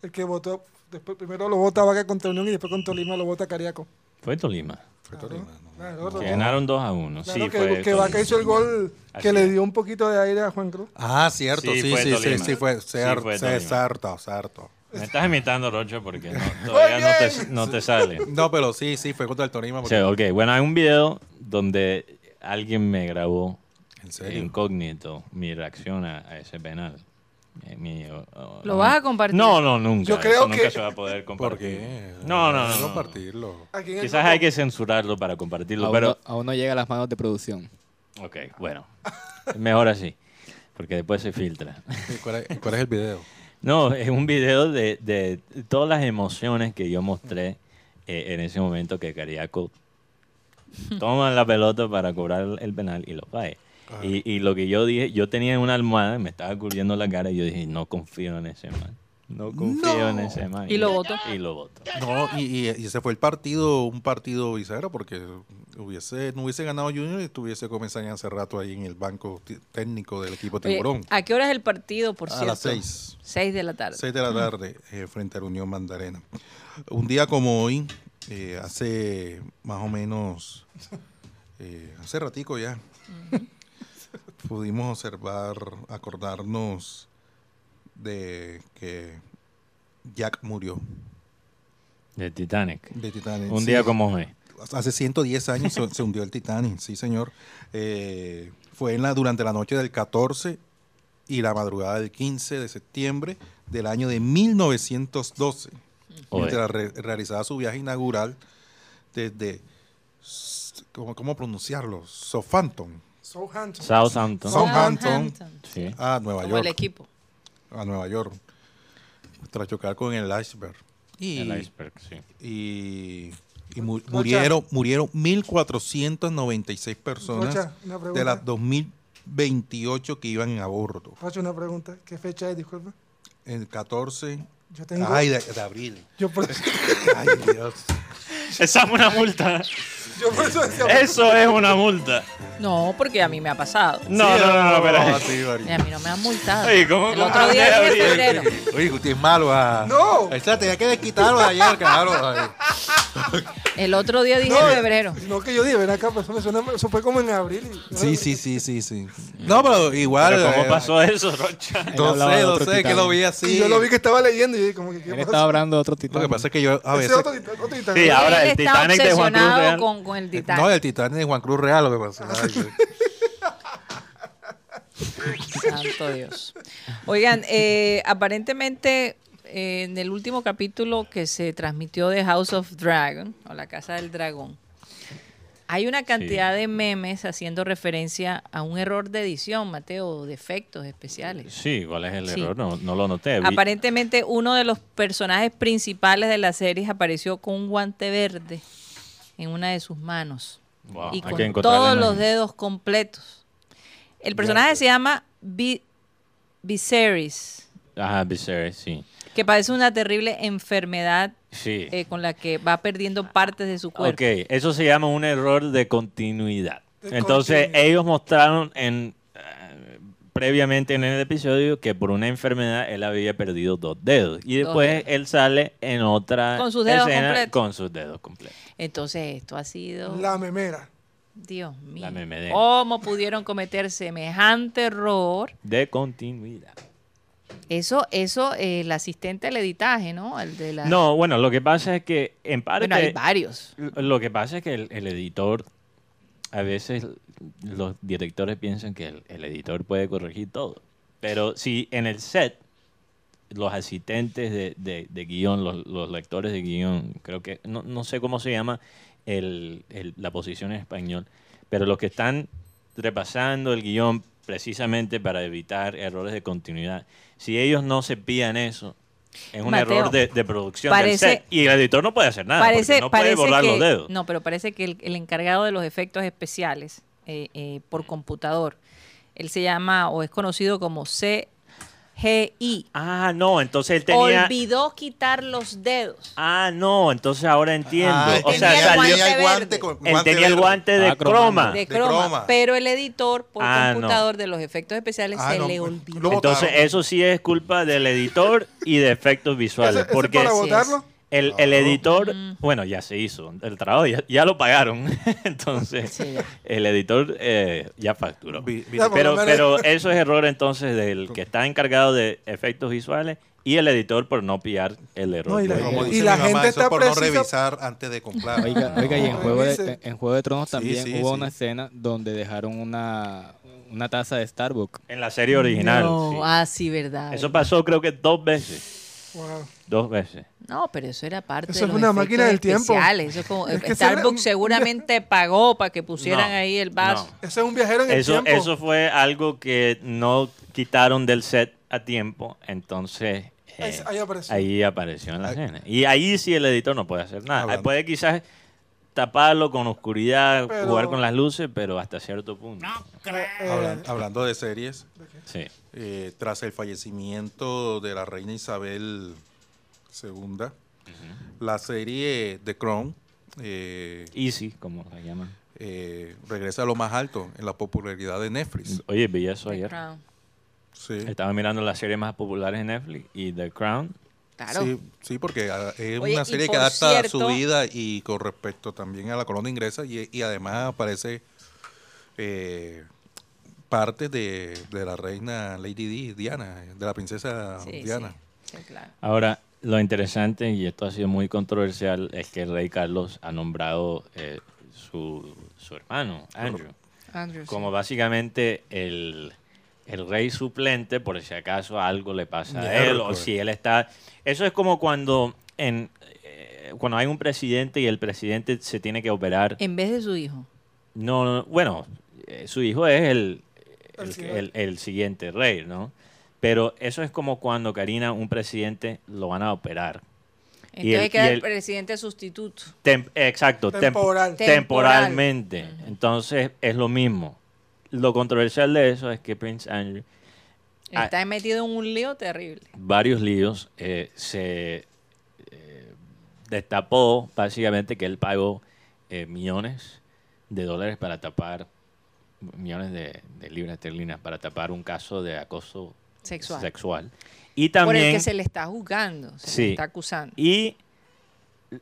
Speaker 3: El que votó, después, primero lo vota Vaca contra Unión y después con Tolima lo vota Cariaco.
Speaker 4: fue Tolima.
Speaker 5: Fue Tolima, ¿no?
Speaker 3: Claro,
Speaker 4: Que
Speaker 3: claro.
Speaker 4: ganaron 2 a 1.
Speaker 3: Claro
Speaker 4: sí,
Speaker 3: que,
Speaker 4: fue.
Speaker 3: que
Speaker 4: Tolima.
Speaker 3: Vaca hizo el gol
Speaker 4: Así
Speaker 3: que le
Speaker 4: es.
Speaker 3: dio un poquito de aire a Juan Cruz.
Speaker 5: Ah, cierto,
Speaker 4: Sí,
Speaker 5: sí,
Speaker 4: fue
Speaker 5: sí, sí,
Speaker 4: Tolima.
Speaker 5: sí, fue
Speaker 4: Sí,
Speaker 5: cer-
Speaker 4: fue
Speaker 5: cer-
Speaker 4: Tolima.
Speaker 5: certo, certo.
Speaker 4: Me estás imitando, Rocho, porque no- todavía no te, no te sale.
Speaker 5: No, pero sí, sí, fue contra el Tolima.
Speaker 4: O
Speaker 5: porque-
Speaker 4: sea, ok, bueno, hay un video donde alguien me grabó
Speaker 5: ¿En serio?
Speaker 4: incógnito mi reacción a, a ese penal. Eh, mi- o- o-
Speaker 2: ¿Lo vas a compartir?
Speaker 4: No, no, nunca.
Speaker 3: Yo creo
Speaker 4: Eso nunca
Speaker 3: que-
Speaker 4: se va a poder
Speaker 5: ¿Por
Speaker 4: compartir.
Speaker 5: qué?
Speaker 4: No, no, no,
Speaker 5: Hay que
Speaker 4: no.
Speaker 5: Compartirlo.
Speaker 3: Aquí en el
Speaker 4: Quizás
Speaker 3: grupo.
Speaker 4: hay que censurarlo para compartirlo,
Speaker 6: Aún,
Speaker 4: pero...
Speaker 6: no, aún no llega a las manos de producción.
Speaker 4: Ok, bueno. Mejor así, porque después se filtra.
Speaker 5: Sí, ¿Cuál es, cuál es el video?
Speaker 4: No, es un video de, de todas las emociones que yo mostré eh, en ese momento que Cariaco toma la pelota para cobrar el- el penal y lo falla. Y, y lo que yo dije, yo tenía una almohada, me estaba cubriendo la cara y yo dije, no confío en ese man. No confío en ese man.
Speaker 2: Y lo votó.
Speaker 4: Y lo voto.
Speaker 5: No, y, y, y ese fue el partido, un partido bisagra, porque hubiese, no hubiese ganado Junior y estuviese comenzando hace rato ahí en el banco t- técnico del equipo
Speaker 2: Oye,
Speaker 5: Tiburón.
Speaker 2: ¿A qué hora es el partido, por
Speaker 5: A
Speaker 2: cierto?
Speaker 5: las seis.
Speaker 2: Seis de la tarde.
Speaker 5: 6 de la tarde eh, frente a la Unión Mandarena. Un día como hoy, eh, hace más o menos, eh, hace ratico ya, pudimos observar, acordarnos de que Jack murió
Speaker 4: De Titanic.
Speaker 5: de Titanic.
Speaker 4: Un
Speaker 5: Sí,
Speaker 4: día como hoy.
Speaker 5: Hace 110 años se, se hundió el Titanic, sí señor. Eh, fue en la, durante la noche del 14 y la madrugada del 15 de septiembre del año de 1912.
Speaker 4: Hoy.
Speaker 5: Mientras re- realizaba su viaje inaugural desde, S- ¿cómo, cómo pronunciarlo? Southampton
Speaker 3: Southampton.
Speaker 4: Southampton.
Speaker 5: Son- Southampton.
Speaker 2: Southampton.
Speaker 4: Sí.
Speaker 5: a Nueva
Speaker 2: Como el
Speaker 5: York.
Speaker 2: equipo.
Speaker 5: a Nueva York tras chocar con el iceberg. Y,
Speaker 4: El iceberg, sí.
Speaker 5: y- y mu-
Speaker 3: Rocha.
Speaker 5: murieron, murieron 1.496 personas
Speaker 3: Rocha, una pregunta.
Speaker 5: de las 2.028 que iban a bordo.
Speaker 3: Rocha, una pregunta. ¿Qué fecha es? Disculpa.
Speaker 5: El 14
Speaker 3: Yo tengo.
Speaker 5: ay, de, de abril.
Speaker 3: Yo, por,
Speaker 5: Ay, Dios.
Speaker 4: Esa es una multa.
Speaker 3: yo por eso decía.
Speaker 4: Eso es una multa.
Speaker 2: No, porque a mí me ha pasado.
Speaker 4: No, no, no, no, pero-
Speaker 5: Ah, sí,
Speaker 2: Y
Speaker 5: María.
Speaker 2: a mí no me han multado.
Speaker 4: Oye, ¿cómo-
Speaker 2: el
Speaker 4: cómo
Speaker 2: otro día
Speaker 4: me
Speaker 2: es
Speaker 4: abrí?
Speaker 2: de febrero.
Speaker 5: Oye, usted es malo. ah.
Speaker 3: No.
Speaker 5: Ahí está, tenía que desquitarlo de ayer, claro. ay.
Speaker 2: El otro día dije
Speaker 3: No,
Speaker 2: febrero.
Speaker 3: No, que yo dije, ven acá, pero eso, me suena- eso fue como en abril. y-
Speaker 5: Sí, sí, sí, sí, sí. No, pero igual.
Speaker 4: Pero ¿Cómo
Speaker 5: eh,
Speaker 4: pasó eso, Rocha?
Speaker 6: Él
Speaker 5: No
Speaker 6: hablaba de
Speaker 5: sé, no
Speaker 6: otro
Speaker 5: sé, que lo
Speaker 6: Titanic.
Speaker 5: vi
Speaker 3: Y
Speaker 5: así.
Speaker 3: yo lo vi que estaba leyendo y dije, como que, ¿qué
Speaker 6: Él
Speaker 3: pasa?
Speaker 6: estaba hablando de otro
Speaker 5: Lo que
Speaker 6: Titanic.
Speaker 5: pasa es que yo a
Speaker 3: Ese
Speaker 5: veces.
Speaker 3: otro tit- otro titán.
Speaker 4: Sí, ahora
Speaker 2: Él
Speaker 4: el
Speaker 2: está
Speaker 4: Titanic de Juan Cruz
Speaker 2: obsesionado
Speaker 4: Real.
Speaker 2: Con, con el Titanic.
Speaker 5: No, el Titanic de Juan Cruz Real, lo que pasa. Ay, yo-
Speaker 2: Santo Dios. Oigan, eh, aparentemente eh, en el último capítulo que se transmitió de House of Dragon, o la Casa del Dragón, hay una cantidad de memes haciendo referencia a un error de edición, Mateo, o de efectos especiales.
Speaker 4: Sí, ¿cuál es el
Speaker 2: Sí.
Speaker 4: error? No, no lo noté. Vi-
Speaker 2: Aparentemente uno de los personajes principales de la serie apareció con un guante verde en una de sus manos
Speaker 4: Wow, hay
Speaker 2: y
Speaker 4: que
Speaker 2: con
Speaker 4: encontrar la
Speaker 2: todos
Speaker 4: imagen.
Speaker 2: los dedos completos. El personaje
Speaker 4: pues.
Speaker 2: se llama Vi- Viserys,
Speaker 4: Ajá, Viserys, sí.
Speaker 2: que padece una terrible enfermedad
Speaker 4: Sí.
Speaker 2: eh, con la que va perdiendo partes de su cuerpo.
Speaker 4: Ok, eso se llama un error de continuidad.
Speaker 3: De
Speaker 4: Entonces,
Speaker 3: continuidad.
Speaker 4: ellos mostraron en eh, previamente en el episodio que por una enfermedad él había perdido dos dedos. Y
Speaker 2: Dos
Speaker 4: después
Speaker 2: dedos.
Speaker 4: él sale en otra
Speaker 2: Con sus dedos
Speaker 4: escena
Speaker 2: completos.
Speaker 4: con sus dedos completos.
Speaker 2: Entonces esto ha
Speaker 4: ah.
Speaker 2: sido...
Speaker 3: La memera.
Speaker 2: Dios mío.
Speaker 4: La memedea.
Speaker 2: ¿Cómo pudieron cometer semejante error?
Speaker 4: De continuidad.
Speaker 2: Eso, eso, eh, el asistente al editaje, ¿no? El de la...
Speaker 4: No, bueno, lo que pasa es que en parte...
Speaker 2: Bueno, hay varios.
Speaker 4: Lo que pasa es que el, el editor, a veces los directores piensan que el, el editor puede corregir todo. Pero si en el set, los asistentes de, de- de guión, los, los lectores de guión, creo que, no, no sé cómo se llama el- el- la posición en español, pero los que están repasando el guión precisamente para evitar errores de continuidad, si ellos no se pían eso, es un
Speaker 2: Mateo,
Speaker 4: error de, de producción
Speaker 2: parece-
Speaker 4: del set y el editor no puede hacer nada.
Speaker 2: parece,
Speaker 4: Ah, porque no puede
Speaker 2: parece
Speaker 4: borrar
Speaker 2: que,
Speaker 4: los dedos.
Speaker 2: No, pero parece que el, el encargado de los efectos especiales eh, eh, por computador, él se llama o es conocido como CGI.
Speaker 4: Ah, no, entonces él tenía.
Speaker 2: Olvidó quitar los dedos.
Speaker 4: Ah, no, entonces ahora entiendo.
Speaker 3: Ah,
Speaker 5: Ay,
Speaker 4: o sea,
Speaker 2: tenía el
Speaker 4: salió.
Speaker 2: guante
Speaker 5: el
Speaker 2: verde.
Speaker 5: con-
Speaker 4: él tenía el
Speaker 5: verde.
Speaker 4: guante de
Speaker 6: Ah,
Speaker 4: croma.
Speaker 6: cromando.
Speaker 2: De
Speaker 5: de
Speaker 2: croma,
Speaker 5: croma.
Speaker 2: pero el editor por
Speaker 4: Ah,
Speaker 2: computador de los efectos especiales
Speaker 5: Ah,
Speaker 2: se
Speaker 5: no,
Speaker 2: le
Speaker 5: pues,
Speaker 2: olvidó.
Speaker 5: lo botaron.
Speaker 4: Entonces, eso sí es culpa del editor y de efectos
Speaker 3: ¿Ese,
Speaker 4: visuales.
Speaker 3: ese
Speaker 4: porque
Speaker 3: para
Speaker 2: Así
Speaker 3: votarlo?
Speaker 4: el, el
Speaker 5: No.
Speaker 4: editor,
Speaker 2: Mm.
Speaker 4: bueno, ya se hizo. El trabajo ya, ya lo pagaron. entonces,
Speaker 2: Sí, ya.
Speaker 4: el editor eh, ya facturó.
Speaker 5: Vi- vi-
Speaker 3: Ya, por
Speaker 4: Pero,
Speaker 3: lo menos-
Speaker 4: pero eso es error entonces del que está encargado de efectos visuales y el editor por no pillar el error.
Speaker 3: No, y la-
Speaker 4: del-
Speaker 5: como
Speaker 3: y
Speaker 5: dice
Speaker 3: la
Speaker 5: mi mamá,
Speaker 3: gente
Speaker 5: eso
Speaker 3: está
Speaker 5: por no
Speaker 3: precisa-
Speaker 5: revisar antes de comprar.
Speaker 6: Oiga, oiga, y en
Speaker 3: No.
Speaker 6: Juego, de,
Speaker 3: Dice-
Speaker 6: en Juego de Tronos también
Speaker 5: sí,
Speaker 6: hubo
Speaker 5: sí.
Speaker 6: una escena donde dejaron una, una taza de Starbucks.
Speaker 4: En la serie original.
Speaker 2: No,
Speaker 4: sí.
Speaker 2: ah, sí, verdad.
Speaker 4: Eso
Speaker 2: verdad.
Speaker 4: pasó creo que dos veces.
Speaker 3: Wow.
Speaker 4: Dos veces.
Speaker 2: No, pero eso era parte
Speaker 3: Eso
Speaker 2: de
Speaker 3: es
Speaker 2: los
Speaker 3: una
Speaker 2: efectos
Speaker 3: máquina del tiempo.
Speaker 2: especiales. Eso es como-
Speaker 3: Es que eso era un-
Speaker 2: Starbucks seguramente pagó para que pusieran
Speaker 4: No,
Speaker 2: ahí el vaso.
Speaker 4: no.
Speaker 3: Ese es un viajero en el
Speaker 4: Eso,
Speaker 3: tiempo.
Speaker 4: eso fue algo que no quitaron del set a tiempo. Entonces
Speaker 3: Ahí-
Speaker 4: eh,
Speaker 3: ahí apareció.
Speaker 4: ahí apareció en la
Speaker 5: Ahí-
Speaker 4: escena. Y ahí sí el editor no puede hacer nada.
Speaker 5: Hablando.
Speaker 4: Puede quizás taparlo con oscuridad,
Speaker 3: Pero-
Speaker 4: jugar con las luces, pero hasta cierto punto.
Speaker 3: Eh,
Speaker 5: Hablan- hablando de series,
Speaker 4: Sí.
Speaker 5: eh, tras el fallecimiento de la reina Isabel II, la serie The Crown eh,
Speaker 4: Easy, como la llaman.
Speaker 5: eh, regresa a lo más alto en la popularidad de
Speaker 6: Mm.
Speaker 5: Netflix.
Speaker 4: Oye, vi eso
Speaker 2: The
Speaker 4: ayer.
Speaker 2: Crown.
Speaker 5: Sí.
Speaker 4: Estaba mirando las series más populares en Netflix y The Crown.
Speaker 2: Claro.
Speaker 5: Sí, sí, porque ah, es
Speaker 2: Oye,
Speaker 5: una
Speaker 2: y
Speaker 5: serie
Speaker 2: por
Speaker 5: que adapta a su
Speaker 2: cierto-
Speaker 5: vida y con respecto también a la colonia inglesa y, y además aparece eh, parte de, de la reina Lady Di, Diana, de la princesa
Speaker 2: Sí,
Speaker 5: Diana.
Speaker 2: sí, sí, claro.
Speaker 4: Ahora, lo interesante, y esto ha sido muy controversial, es que el rey Carlos ha nombrado eh, su, su hermano, Andrew,
Speaker 2: Andrew, sí.
Speaker 4: como básicamente el, el rey suplente por si acaso algo le pasa a
Speaker 5: Miércoles.
Speaker 4: él o si él está... Eso es como cuando, en, eh, cuando hay un presidente y el presidente se tiene que operar.
Speaker 2: En vez de su hijo.
Speaker 4: No, no, bueno, eh, su hijo es el,
Speaker 3: El
Speaker 4: el-
Speaker 3: siguiente.
Speaker 4: el- el siguiente rey, ¿no? Pero eso es como cuando, Karina, un presidente lo van a operar. Y
Speaker 2: Entonces
Speaker 4: el-
Speaker 2: queda
Speaker 4: y
Speaker 2: el,
Speaker 4: el-
Speaker 2: presidente sustituto.
Speaker 4: Tem- exacto, tem-
Speaker 3: Temporal.
Speaker 4: temporalmente. Entonces es lo mismo. Lo controversial de eso es que Prince Andrew, Ah.
Speaker 2: Está metido en un lío terrible.
Speaker 4: varios líos, eh, se eh, destapó básicamente que él pagó eh, millones de dólares para tapar, millones de, de libras esterlinas para tapar un caso de acoso
Speaker 2: Sexual.
Speaker 4: Y
Speaker 2: Por el
Speaker 4: también
Speaker 2: que se le está juzgando, se le
Speaker 4: Sí.
Speaker 2: está acusando.
Speaker 4: y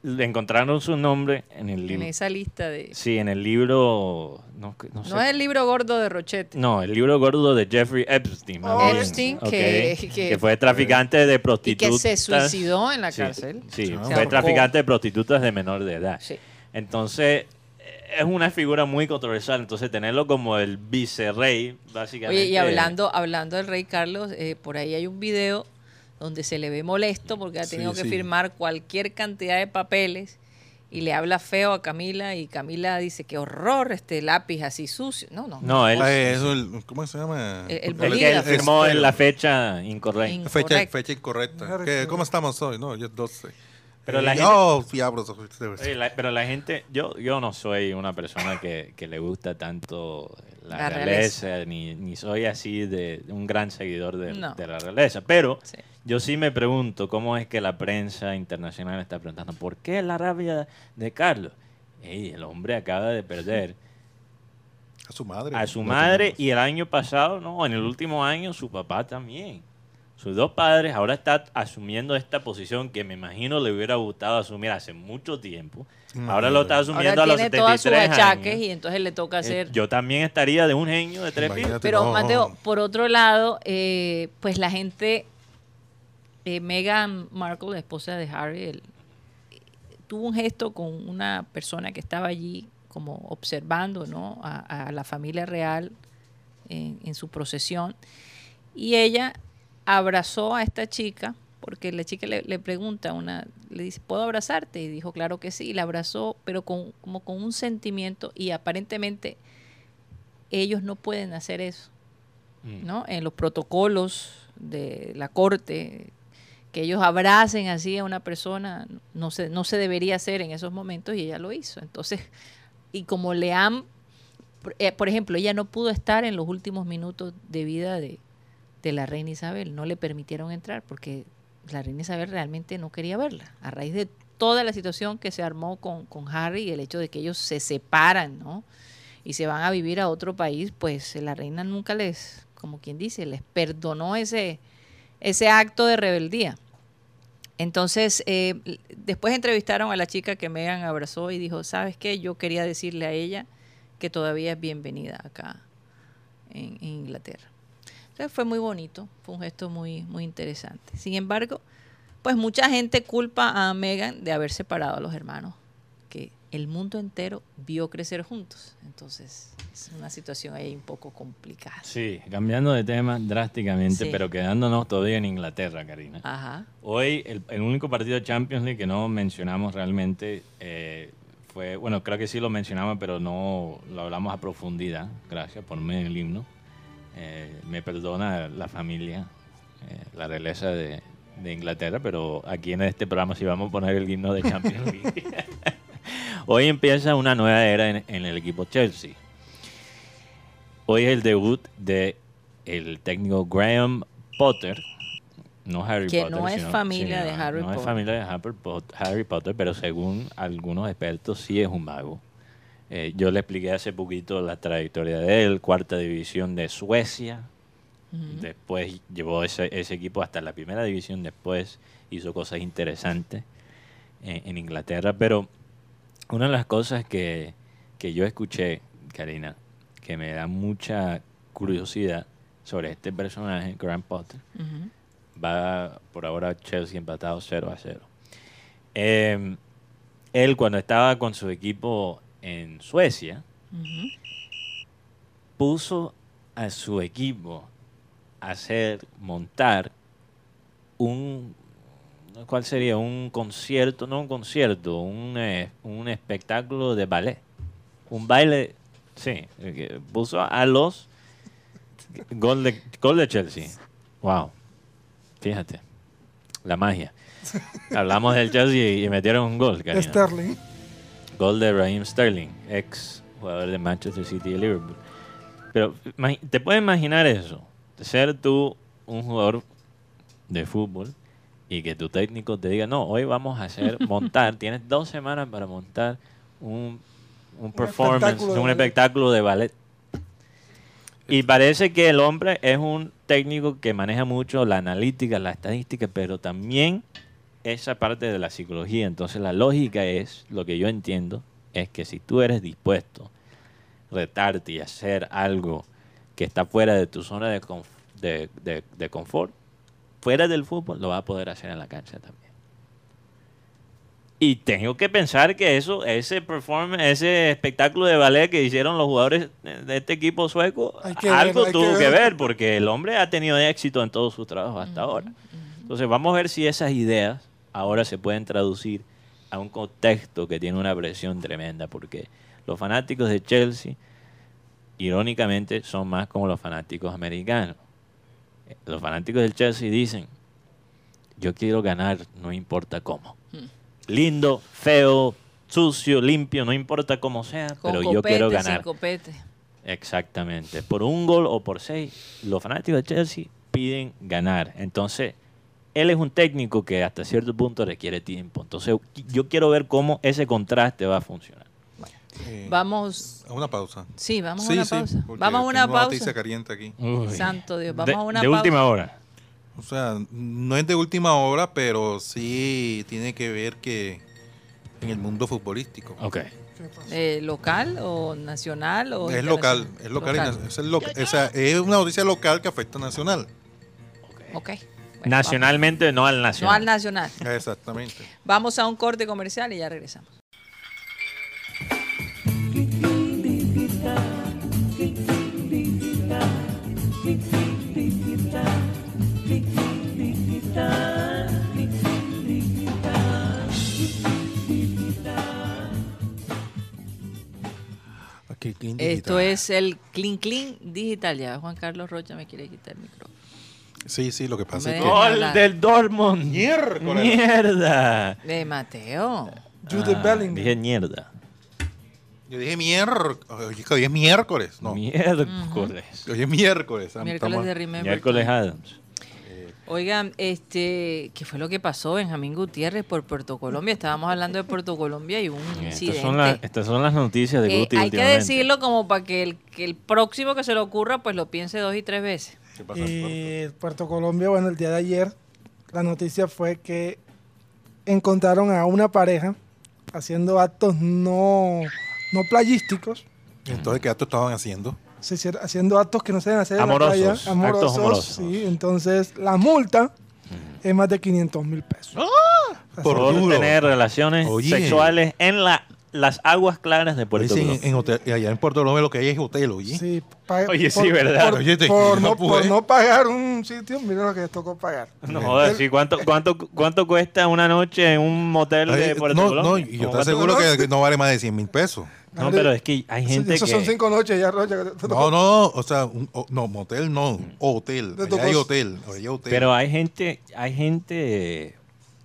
Speaker 4: le encontraron su nombre en el
Speaker 2: en
Speaker 4: libro.
Speaker 2: esa lista de...
Speaker 4: Sí, en el libro. No, no sé.
Speaker 2: No es el libro gordo de Rochette.
Speaker 4: Este. No, el libro gordo de Jeffrey Epstein. más
Speaker 3: Oh,
Speaker 4: bien.
Speaker 2: Epstein,
Speaker 4: Ok.
Speaker 2: que- que-
Speaker 4: fue traficante de
Speaker 2: Y
Speaker 4: prostitutas.
Speaker 2: que se suicidó en la cárcel.
Speaker 4: Sí,
Speaker 5: Ah,
Speaker 4: fue
Speaker 2: ahorcó.
Speaker 4: traficante de prostitutas de menor de edad.
Speaker 2: Sí.
Speaker 4: Entonces, eh, es una figura muy controversial. Entonces, tenerlo como el vicerrey, básicamente.
Speaker 2: Oye, y hablando, hablando del rey Carlos, eh, por ahí hay un video donde se le ve molesto porque ha
Speaker 5: Sí,
Speaker 2: tenido que
Speaker 5: sí.
Speaker 2: firmar cualquier cantidad de papeles y le habla feo a Camila y Camila dice que horror este lápiz así sucio. No, no.
Speaker 4: No, él.
Speaker 5: Ah, es el- ¿Cómo se llama?
Speaker 2: El- el
Speaker 4: el que
Speaker 2: bolígrafo.
Speaker 4: firmó en la
Speaker 5: fecha.
Speaker 4: fecha incorrecta.
Speaker 5: Fecha,
Speaker 2: Incorrecto.
Speaker 5: incorrecta.
Speaker 3: Correcto.
Speaker 5: ¿Qué- ¿Cómo estamos hoy? No, yo 12.
Speaker 4: Pero la
Speaker 5: Y-
Speaker 4: gente-
Speaker 5: Oh, diablos.
Speaker 4: Oye, la- pero la gente, yo, yo no soy una persona que, que le gusta tanto la,
Speaker 2: La realeza.
Speaker 4: realeza, Ni, ni soy así de un gran seguidor de,
Speaker 2: No.
Speaker 4: de la realeza, pero
Speaker 2: Sí.
Speaker 4: yo sí me pregunto cómo es que la prensa internacional está preguntando, ¿por qué la rabia de Carlos? Ey, el hombre acaba de perder
Speaker 5: A su madre.
Speaker 4: a su madre y el año pasado, no, en el último año su papá también. Sus dos padres ahora está asumiendo esta posición que me imagino le hubiera gustado asumir hace mucho tiempo. Ahora lo está asumiendo
Speaker 2: Ahora
Speaker 4: a los
Speaker 2: tiene todos sus
Speaker 4: 73
Speaker 2: achaques
Speaker 4: años.
Speaker 2: y entonces le toca
Speaker 4: Eh,
Speaker 2: hacer...
Speaker 4: Yo también estaría de un genio de tres pies.
Speaker 5: Imagínate,
Speaker 2: Pero
Speaker 5: no.
Speaker 2: Mateo, por otro lado, eh, pues la gente, eh, Meghan Markle, la esposa de Harry, él, eh, tuvo un gesto con una persona que estaba allí como observando ¿no? a, a la familia real en, en su procesión y ella abrazó a esta chica porque la chica le, le pregunta una le dice puedo abrazarte y dijo claro que sí y la abrazó pero con como con un sentimiento y aparentemente ellos no pueden hacer eso
Speaker 4: Mm.
Speaker 2: ¿no? En los protocolos de la corte, que ellos abracen así a una persona, no se, no se debería hacer en esos momentos y ella lo hizo. Entonces, y como le han, por- eh, por ejemplo, ella no pudo estar en los últimos minutos de vida de, de la reina Isabel, no le permitieron entrar porque la reina Isabel realmente no quería verla, a raíz de toda la situación que se armó con, con Harry y el hecho de que ellos se separan, ¿no? y se van a vivir a otro país, pues la reina nunca les, como quien dice, les perdonó ese, ese acto de rebeldía. Entonces, eh, l- después entrevistaron a la chica que Megan abrazó y dijo, ¿sabes qué? Yo quería decirle a ella que todavía es bienvenida acá en, en Inglaterra. Entonces fue muy bonito, fue un gesto muy, muy interesante. Sin embargo, pues mucha gente culpa a Megan de haber separado a los hermanos, que el mundo entero vio crecer juntos. Entonces, es una situación ahí un poco complicada.
Speaker 4: Sí, cambiando de tema drásticamente,
Speaker 2: Sí.
Speaker 4: pero quedándonos todavía en Inglaterra, Karina.
Speaker 2: Ajá.
Speaker 4: Hoy el, el único partido de Champions League que no mencionamos realmente eh, fue, bueno, creo que sí lo mencionamos, pero no lo hablamos a profundidad. Gracias, ponme el himno. Eh, me perdona la familia, eh, la realeza de, de Inglaterra, pero aquí en este programa sí vamos a poner el himno de Champions League. Hoy empieza una nueva era en, en el equipo Chelsea. Hoy es el debut de el técnico Graham Potter, no Harry
Speaker 2: Que
Speaker 4: Potter.
Speaker 2: no es
Speaker 4: sino-
Speaker 2: familia de Harry
Speaker 4: no
Speaker 2: Potter.
Speaker 4: es familia de Harry Pot- Harry Potter, pero según algunos expertos sí es un mago. Eh, yo le expliqué hace poquito la trayectoria de él, cuarta división de Suecia, después llevó ese, ese equipo hasta la primera división, después hizo cosas interesantes en, en Inglaterra, pero una de las cosas que, que yo escuché, Karina, que me da mucha curiosidad sobre este personaje, Grant Potter,
Speaker 2: Ujú.
Speaker 4: va por ahora Chelsea empatado 0 a 0. Eh, él cuando estaba con su equipo en Suecia,
Speaker 2: Ujú.
Speaker 4: puso a su equipo a hacer montar un ¿cuál sería? un concierto, no un concierto, un, eh, un espectáculo de ballet. Un baile, sí, eh, que puso a los gol de, gol de Chelsea. Wow. Fíjate. La magia. Hablamos del Chelsea y metieron un gol, Karina.
Speaker 3: Sterling.
Speaker 4: Gol de Raheem Sterling, ex jugador de Manchester City y Liverpool. Pero imagi- te puedes imaginar eso, ser tú un jugador de fútbol y que tu técnico te diga, no, hoy vamos a hacer montar, tienes dos semanas para montar un, un performance,
Speaker 3: espectáculo de
Speaker 4: un
Speaker 3: ballet.
Speaker 4: espectáculo de ballet. Y parece que el hombre es un técnico que maneja mucho la analítica, la estadística, pero también esa parte de la psicología. Entonces la lógica es, lo que yo entiendo, es que si tú eres dispuesto a retarte y hacer algo que está fuera de tu zona de, conf- de, de- de confort, fuera del fútbol, lo vas a poder hacer en la cancha también. Y tengo que pensar que eso, ese performance, ese espectáculo de ballet que hicieron los jugadores de de este equipo sueco,
Speaker 3: Hay que ver,
Speaker 4: algo
Speaker 3: hay que
Speaker 4: tuvo que
Speaker 3: ver.
Speaker 4: ver, porque el hombre ha tenido éxito en todos sus trabajos hasta ahora. Entonces vamos a ver si esas ideas ahora se pueden traducir a un contexto que tiene una presión tremenda, porque los fanáticos de Chelsea, irónicamente, son más como los fanáticos americanos. Eh, Los fanáticos del Chelsea dicen, yo quiero ganar, no importa cómo.
Speaker 2: Hmm.
Speaker 4: Lindo, feo, sucio, limpio, no importa cómo sea,
Speaker 2: Con
Speaker 4: pero yo
Speaker 2: copete,
Speaker 4: quiero
Speaker 2: sin
Speaker 4: ganar.
Speaker 2: copete.
Speaker 4: Exactamente. Por un gol o por seis, los fanáticos de Chelsea piden ganar. Entonces, él es un técnico que hasta cierto punto requiere tiempo. Entonces, yo quiero ver cómo ese contraste va a funcionar.
Speaker 5: Eh,
Speaker 2: Vamos,
Speaker 5: a una pausa.
Speaker 2: sí, vamos
Speaker 5: Sí,
Speaker 2: a una
Speaker 5: sí,
Speaker 2: pausa.
Speaker 5: porque
Speaker 2: Vamos a una
Speaker 5: tengo una
Speaker 2: pausa.
Speaker 5: noticia caliente aquí.
Speaker 2: Santo Dios, vamos
Speaker 4: de,
Speaker 2: a una
Speaker 4: de
Speaker 2: pausa.
Speaker 4: última hora.
Speaker 5: O sea, no es de última hora, pero sí tiene que ver que en el mundo futbolístico.
Speaker 4: Ok.
Speaker 2: Eh, ¿Local o nacional? O
Speaker 5: Es
Speaker 2: internacional?
Speaker 5: local, es local, y na- es, el loca- o sea, es una noticia local que afecta a nacional.
Speaker 2: Ok. Bueno,
Speaker 4: Nacionalmente, no al
Speaker 2: vamos. No al
Speaker 4: nacional.
Speaker 2: nacional.
Speaker 5: Exactamente.
Speaker 2: Vamos a un corte comercial y ya regresamos. Esto es el Clean Clean Digital. Ya Juan Carlos Rocha me quiere quitar el micrófono.
Speaker 5: Sí, sí, lo que pasa
Speaker 2: Me-
Speaker 5: es que...
Speaker 2: No.
Speaker 4: Gol del Dortmund.
Speaker 5: Miércoles.
Speaker 4: Mierda.
Speaker 2: Eh, Mateo.
Speaker 3: Jude
Speaker 4: Ah,
Speaker 3: Bellingham.
Speaker 4: Dije mierda.
Speaker 5: Yo dije miércoles. Hoy es miércoles. No, hoy
Speaker 4: Miércoles.
Speaker 5: es miércoles. ah,
Speaker 2: Miércoles de Remember.
Speaker 4: Miércoles Adams.
Speaker 2: Oigan, este, ¿qué fue lo que pasó Benjamín Gutiérrez por Puerto Colombia? Estábamos hablando de Puerto Colombia y hubo un
Speaker 4: Estas
Speaker 2: incidente.
Speaker 4: son, las, estas son las noticias de
Speaker 2: Eh,
Speaker 4: Guti
Speaker 2: hay que
Speaker 4: últimamente.
Speaker 2: decirlo como para que el, que el próximo que se le ocurra, pues lo piense dos y tres veces.
Speaker 5: ¿Qué pasa?
Speaker 4: Eh,
Speaker 3: Y Puerto Colombia, bueno, el día de ayer la noticia fue que encontraron a una pareja haciendo actos no, no playísticos,
Speaker 5: Entonces, ¿qué acto estaban haciendo?
Speaker 3: se hicier- haciendo actos que no se deben hacer
Speaker 4: Amorosos,
Speaker 3: en la
Speaker 4: actos
Speaker 3: playa. Amorosos.
Speaker 4: amorosos. Mm.
Speaker 3: Sí, entonces la multa es más de 500 mil pesos.
Speaker 4: ¿Oh?
Speaker 3: Así
Speaker 4: por
Speaker 5: Por duro.
Speaker 4: tener relaciones
Speaker 5: Oye.
Speaker 4: sexuales en la, las aguas claras de Puerto
Speaker 5: Dicen,
Speaker 4: Rico.
Speaker 5: en hotel- eh, allá en Puerto Colombio lo que hay es hotel, oye.
Speaker 3: Sí, pa-
Speaker 4: Oye, sí, ¿verdad?
Speaker 3: Por,
Speaker 5: Oye, te-
Speaker 3: por
Speaker 5: no
Speaker 3: no, por
Speaker 5: pude.
Speaker 3: no pagar un sitio, mira lo que les tocó pagar.
Speaker 4: No jodas, sí, ¿cuánto, cuánto, ¿cuánto cuesta una noche en un motel de
Speaker 5: Ay,
Speaker 4: Puerto
Speaker 5: no,
Speaker 4: Colombia?
Speaker 5: no, y yo
Speaker 4: ¿Cómo
Speaker 5: te
Speaker 4: cuánto-
Speaker 5: aseguro que, que no vale más de 100 mil pesos.
Speaker 4: No, pero es que hay gente
Speaker 3: Eso
Speaker 4: que...
Speaker 3: son cinco noches ya, Rocha. que te- te
Speaker 5: No, no, o sea, un- o- no, motel no, hotel.
Speaker 3: Te
Speaker 5: Allá
Speaker 3: tocó-
Speaker 5: hay hotel, allá hay hotel.
Speaker 4: Pero hay gente, hay gente,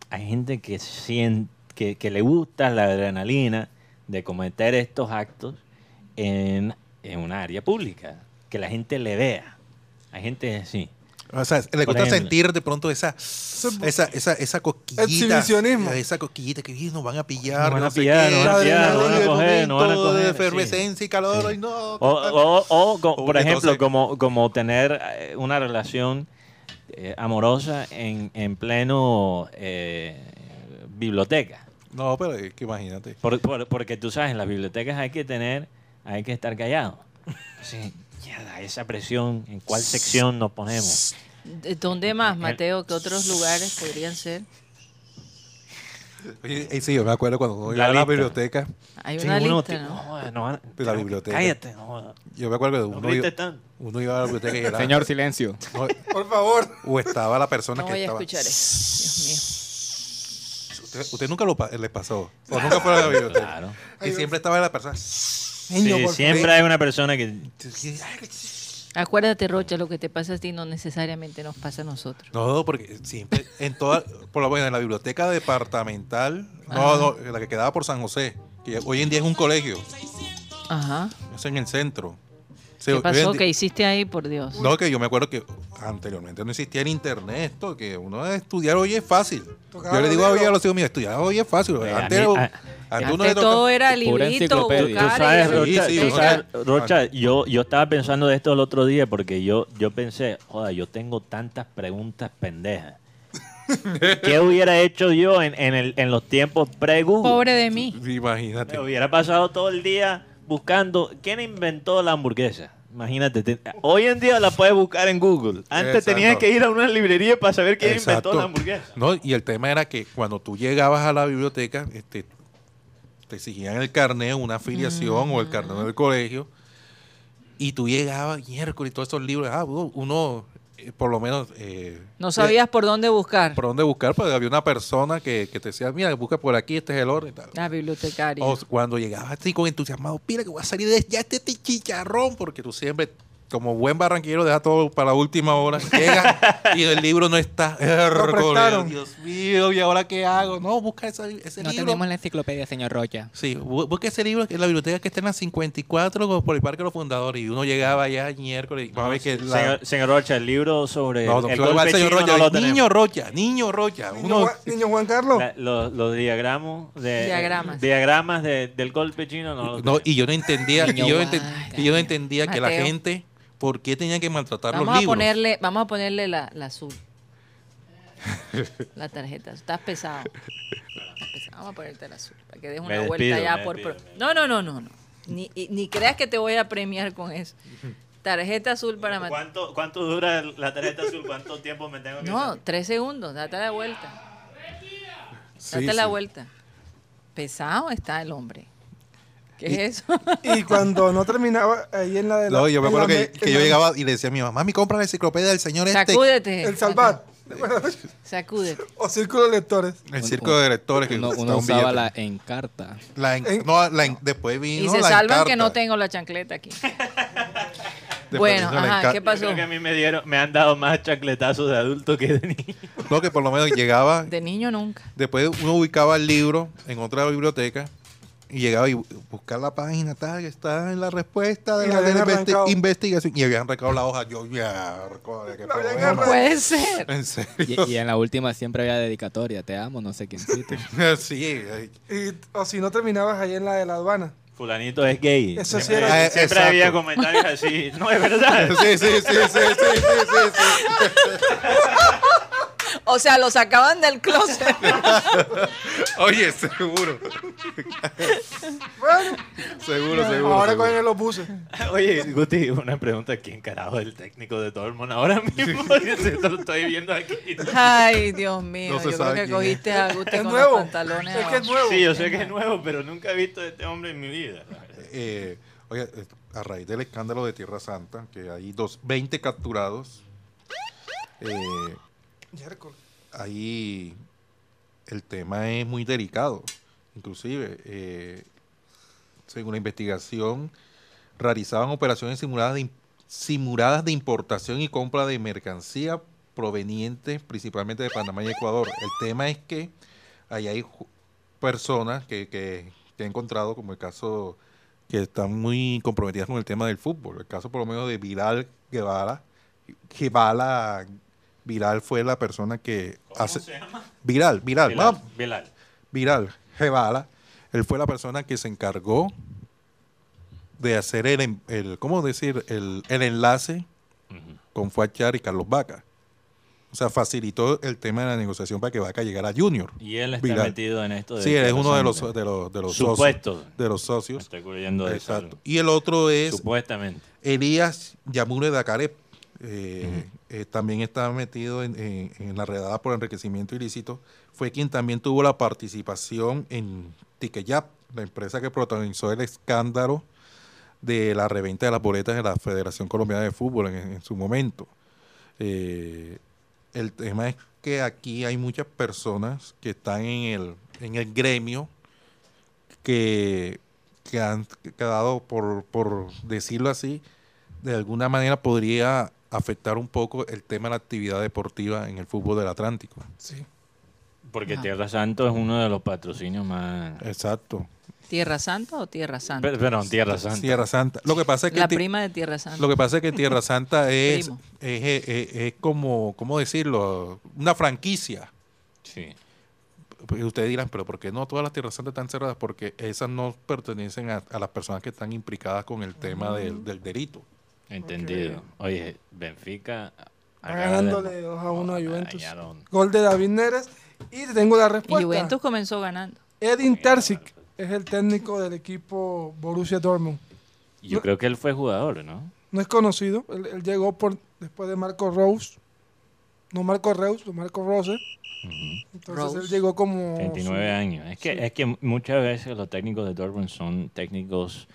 Speaker 4: hay gente que siente, que, que le gusta la adrenalina de cometer estos actos en, en un área pública, que la gente le vea. Hay gente así.
Speaker 5: o sea, le
Speaker 4: por
Speaker 5: gusta
Speaker 4: ejemplo.
Speaker 5: sentir de pronto esa, esa, esa, esa cosquillita.
Speaker 3: Exhibicionismo.
Speaker 5: Esa cosquillita que "Ih, nos van a
Speaker 4: No
Speaker 5: pillar,
Speaker 4: van a
Speaker 5: no sé
Speaker 4: pillar,
Speaker 5: qué,
Speaker 4: no van
Speaker 3: a pillar, no van a
Speaker 5: adrenalina,
Speaker 4: coger, no van a
Speaker 5: momento de
Speaker 4: coger, sí.
Speaker 5: efervescencia y calor, y no.
Speaker 4: O, o- o- o, co-
Speaker 5: O
Speaker 4: por
Speaker 5: que
Speaker 4: ejemplo,
Speaker 5: entonces-
Speaker 4: como, como tener eh, una relación eh, amorosa en, en pleno eh, biblioteca.
Speaker 5: No, pero es que imagínate.
Speaker 4: Por- por- porque tú sabes, en las bibliotecas hay que tener, hay que estar callado. Sí. mierda, esa presión, ¿en cuál sección nos ponemos?
Speaker 2: ¿De ¿Dónde más, Mateo? ¿Qué otros lugares podrían ser?
Speaker 5: Y, y eh, sí, yo me acuerdo cuando iba
Speaker 4: La
Speaker 5: a la
Speaker 4: lista.
Speaker 5: biblioteca.
Speaker 2: Hay
Speaker 4: Sí,
Speaker 2: una
Speaker 4: uno
Speaker 2: lista,
Speaker 4: ti-
Speaker 2: ¿no?
Speaker 4: joder, no van-
Speaker 5: De la biblioteca.
Speaker 4: Cállate, no jodas.
Speaker 5: Yo me acuerdo
Speaker 4: No
Speaker 5: que uno,
Speaker 4: grites
Speaker 5: iba,
Speaker 4: tanto.
Speaker 5: uno iba a la biblioteca y era.
Speaker 6: Señor, silencio.
Speaker 5: no,
Speaker 3: Por favor.
Speaker 5: o estaba la persona
Speaker 2: No
Speaker 5: que
Speaker 2: voy a
Speaker 5: estaba.
Speaker 2: escuchar eso. Dios mío.
Speaker 5: Usted, usted nunca lo, pa- le pasó. O nunca fue a la biblioteca.
Speaker 4: Claro.
Speaker 5: Y siempre estaba la persona.
Speaker 3: Niño,
Speaker 4: Sí,
Speaker 3: por
Speaker 4: siempre hay una persona que...
Speaker 2: Acuérdate, Rocha, lo que te pasa a ti no necesariamente nos pasa a nosotros.
Speaker 5: No, porque siempre, en toda, por lo menos en la biblioteca departamental, no, no, la que quedaba por San José, que hoy en día es un colegio,
Speaker 2: Ajá.
Speaker 5: es en el centro. Sí,
Speaker 2: ¿Qué
Speaker 5: hoy en
Speaker 2: pasó?
Speaker 5: di-
Speaker 2: ¿Qué hiciste ahí, por Dios?
Speaker 5: No, que yo me acuerdo que anteriormente no existía el internet, esto, que uno estudiar hoy es fácil.
Speaker 3: Tocaba
Speaker 5: yo le
Speaker 3: los
Speaker 5: digo hoy a
Speaker 3: dedos.
Speaker 5: los hijos míos, estudiar hoy es fácil.
Speaker 4: Eh, a
Speaker 5: antes
Speaker 4: mí- a-
Speaker 5: era- antes uno
Speaker 2: Antes
Speaker 5: le tocaba-
Speaker 2: todo era
Speaker 6: Pura
Speaker 2: librito,
Speaker 6: enciclopedia.
Speaker 4: Tú
Speaker 2: buscar
Speaker 4: sabes,
Speaker 2: y-
Speaker 4: Rocha,
Speaker 5: Sí, sí,
Speaker 4: tú
Speaker 5: o
Speaker 4: sabes,
Speaker 5: sea,
Speaker 4: Rocha, yo, yo estaba pensando de esto el otro día porque yo, yo pensé, joda, yo tengo tantas preguntas pendejas. ¿Qué hubiera hecho yo en, en, el- en los tiempos pre-Google?
Speaker 2: Pobre de mí.
Speaker 5: Imagínate.
Speaker 4: Me hubiera pasado todo el día buscando quién inventó la hamburguesa. Imagínate, te- hoy en día la puedes buscar en Google. Antes
Speaker 5: Exacto.
Speaker 4: tenías que ir a una librería para saber quién
Speaker 5: Exacto.
Speaker 4: inventó la hamburguesa.
Speaker 5: No, y el tema era que cuando tú llegabas a la biblioteca, este, te exigían el carnet, una afiliación o el carnet del colegio, y tú llegabas miércoles y todos esos libros, ah, uno, uno, eh, por lo menos... eh,
Speaker 2: No sabías por dónde
Speaker 5: eh,
Speaker 2: buscar.
Speaker 5: por dónde buscar, porque había una persona que, que te decía, mira, busca por aquí, este es el orden y tal.
Speaker 2: La bibliotecaria.
Speaker 5: O Oh, cuando llegabas así con entusiasmado, mira que voy a salir de ya este ti- chicharrón, porque tú siempre, como buen barranquero, dejas todo para la última hora. Llegas y el libro no está. Error,
Speaker 3: prestaron.
Speaker 5: Dios mío, ¿y ahora qué hago? No, busca esa- ese libro.
Speaker 6: la enciclopedia, señor Rocha.
Speaker 5: Sí, bu- busca ese libro que en la biblioteca que está en la 54 como por el Parque de los Fundadores. Y uno llegaba allá miércoles y vamos a ver que la-
Speaker 4: Señor, señor Rocha, el libro sobre
Speaker 5: No,
Speaker 4: el-
Speaker 5: no,
Speaker 4: el
Speaker 5: igual,
Speaker 4: golpe
Speaker 5: señor
Speaker 4: chino
Speaker 5: Rocha,
Speaker 4: no lo tenemos.
Speaker 5: niño Rocha, niño Rocha.
Speaker 3: Niño,
Speaker 5: Uno,
Speaker 3: Juan, niño Juan Carlos.
Speaker 4: La- los, los diagramos de,
Speaker 2: Diagramas.
Speaker 4: diagramas de- del golpe chino no, los
Speaker 5: no,
Speaker 4: tenemos.
Speaker 5: y yo no entendía, y
Speaker 2: Niño
Speaker 5: yo, no
Speaker 2: Juan,
Speaker 5: enten- y yo no
Speaker 2: Dios.
Speaker 5: entendía que la
Speaker 2: Mateo.
Speaker 5: gente, ¿por qué tenía que maltratar
Speaker 2: vamos
Speaker 5: los
Speaker 2: a
Speaker 5: libros?
Speaker 2: ponerle, vamos a ponerle la, la azul. la tarjeta. Estás pesado. Estás pesado. Vamos a ponerte la azul para que des una
Speaker 4: Me
Speaker 2: vuelta
Speaker 4: despido,
Speaker 2: ya
Speaker 4: me
Speaker 2: por.
Speaker 4: despido,
Speaker 2: pro-
Speaker 4: me
Speaker 2: No, no, no, no, no. Ni, y- ni creas que te voy a premiar con eso. Tarjeta azul para Mateo.
Speaker 4: ¿Cuánto, ¿Cuánto dura la tarjeta azul? ¿Cuánto tiempo me tengo que
Speaker 2: No, tres segundos, date la vuelta.
Speaker 5: Sí,
Speaker 2: Date la
Speaker 5: sí.
Speaker 2: vuelta. Pesado está el hombre. ¿Qué es eso?
Speaker 3: Y cuando no terminaba ahí en la de la.
Speaker 5: No, yo me
Speaker 3: en la
Speaker 5: acuerdo
Speaker 3: me-
Speaker 5: que, que
Speaker 3: en
Speaker 5: yo
Speaker 3: la-
Speaker 5: llegaba y le decía a mi mamá, mi compra la enciclopedia del señor este.
Speaker 2: Sacúdete.
Speaker 3: El Salvat.
Speaker 2: Sacúdete.
Speaker 3: O Círculo de Lectores.
Speaker 5: El circo de lectores que
Speaker 6: Uno,
Speaker 5: costaba
Speaker 6: uno
Speaker 5: un
Speaker 6: usaba
Speaker 5: billete.
Speaker 6: la encarta.
Speaker 5: La en-
Speaker 3: en-
Speaker 5: no, la en- después vino
Speaker 2: Y se
Speaker 5: la
Speaker 2: salvan que
Speaker 5: encarta.
Speaker 2: no tengo la chancleta aquí.
Speaker 5: Después
Speaker 2: Bueno,
Speaker 5: vino la
Speaker 2: ajá,
Speaker 5: encar-
Speaker 2: ¿qué
Speaker 4: Yo
Speaker 2: pasó?
Speaker 4: creo que a mí me, dieron, me han dado más chacletazos de adulto que de niño.
Speaker 5: No, que por lo menos llegaba,
Speaker 2: De niño nunca.
Speaker 5: después uno ubicaba el libro en otra biblioteca y llegaba y bu- buscar la página tal que está en la respuesta de
Speaker 3: Y
Speaker 5: la,
Speaker 3: la habían
Speaker 5: de la investi-
Speaker 3: arrancado.
Speaker 5: investigación y habían arrancado la hoja. Yo, miércoles, qué
Speaker 3: La habían
Speaker 5: problema.
Speaker 3: arrancado.
Speaker 2: Puede ser.
Speaker 5: En serio.
Speaker 6: Y, y en la última siempre había dedicatoria. Te amo, no sé quién
Speaker 5: sí, ay.
Speaker 3: Y, o si no terminabas ahí en la de la aduana.
Speaker 4: Fulanito es gay.
Speaker 3: Eso sí
Speaker 4: siempre
Speaker 5: era-
Speaker 4: siempre
Speaker 5: Eh,
Speaker 4: había
Speaker 5: exacto.
Speaker 4: comentarios así. No, es verdad.
Speaker 5: sí, sí, sí, sí, sí, sí, sí, sí.
Speaker 2: O sea, lo sacaban del closet.
Speaker 5: Oye, seguro.
Speaker 3: Bueno,
Speaker 5: Seguro, seguro.
Speaker 3: ahora
Speaker 5: seguro.
Speaker 3: cogen el obuses.
Speaker 4: Oye, Guti, una pregunta. ¿Quién carajo es el técnico de Dortmund ahora mismo? Yo esto lo estoy viendo aquí.
Speaker 2: Ay, Dios mío.
Speaker 5: No se
Speaker 2: yo creo
Speaker 5: sabe
Speaker 2: que
Speaker 5: quién
Speaker 2: cogiste a Guti
Speaker 3: Es
Speaker 2: con
Speaker 3: nuevo.
Speaker 2: los pantalones.
Speaker 3: Es que es
Speaker 2: abajo.
Speaker 3: nuevo.
Speaker 4: Sí, yo sé que es nuevo, pero nunca he visto a este hombre en mi vida.
Speaker 5: Eh, oye, eh, a raíz del escándalo de Tierra Santa, que hay dos, 20 capturados, eh,
Speaker 3: Miércoles.
Speaker 5: ahí el tema es muy delicado. Inclusive, eh, según la investigación, realizaban operaciones simuladas de, im- simuladas de importación y compra de mercancía provenientes principalmente de Panamá y Ecuador. El tema es que ahí hay ju- personas que, que- que he encontrado, como el caso que están muy comprometidas con el tema del fútbol. El caso por lo menos de Vidal Guevara. Guevara Viral fue la persona que hace... Viral, Viral,
Speaker 4: Bilal,
Speaker 5: vamos,
Speaker 4: Bilal.
Speaker 5: Viral, Jebala, él fue la persona que se encargó de hacer el, en- el- ¿cómo decir? El, el enlace con Fuachar y Carlos Vaca. O sea, facilitó el tema de la negociación para que Vaca llegara a Junior.
Speaker 4: Y él está
Speaker 5: Vidal.
Speaker 4: metido en esto. de
Speaker 5: Sí, él
Speaker 4: que
Speaker 5: es uno de
Speaker 4: son-
Speaker 5: los, de los, de los
Speaker 4: Supuestos.
Speaker 5: socios. De los
Speaker 4: Me
Speaker 5: socios.
Speaker 4: estoy cubriendo de eso.
Speaker 5: Exacto. Y el otro es
Speaker 4: Supuestamente.
Speaker 5: Elías Yamure Dacarep. eh, eh, también está metido en, en- en la redada por enriquecimiento ilícito. Fue quien también tuvo la participación en Tiqueyap, la empresa que protagonizó el escándalo de la reventa de las boletas de la Federación Colombiana de Fútbol en, en su momento. Eh, el tema es que aquí hay muchas personas que están en el, en el gremio que, que han quedado, por, por decirlo así, de alguna manera podría afectar un poco el tema de la actividad deportiva en el fútbol del Atlántico.
Speaker 3: Sí.
Speaker 4: Porque
Speaker 2: Ah.
Speaker 4: Tierra Santo es uno de los patrocinios más.
Speaker 5: Eh, Exacto.
Speaker 2: ¿Tierra Santa o Tierra Santa?
Speaker 4: Pero, pero en Tierra Santa.
Speaker 5: Tierra Santa. Lo que pasa es que
Speaker 2: la
Speaker 5: ti-
Speaker 2: prima de Tierra Santa.
Speaker 5: Lo que pasa es que Tierra Santa es, es,
Speaker 2: Primo.
Speaker 5: es- es como, ¿cómo decirlo? Una franquicia.
Speaker 4: Sí.
Speaker 5: Y ustedes dirán, pero ¿por qué no todas las Tierras Santas están cerradas? Porque esas no pertenecen a, a las personas que están implicadas con el tema del, del delito.
Speaker 4: Entendido. Oye, Benfica.
Speaker 3: Va
Speaker 4: acaba de-
Speaker 3: ganándole 2 a 1 a Juventus.
Speaker 4: Dañaron.
Speaker 3: Gol de David Neres. Y te tengo la
Speaker 2: y
Speaker 3: respuesta.
Speaker 2: Juventus comenzó ganando.
Speaker 3: Edin Terzic es el técnico del equipo Borussia Dortmund.
Speaker 4: Yo creo que él fue jugador, ¿no?
Speaker 3: No es conocido. Él, él llegó por después de Marco Rose. No Marco Reus, pero Marco Rose. Entonces
Speaker 2: Rose.
Speaker 3: él llegó como...
Speaker 4: 29 años. Es que,
Speaker 3: Sí.
Speaker 4: es que muchas veces los técnicos de Dortmund son técnicos,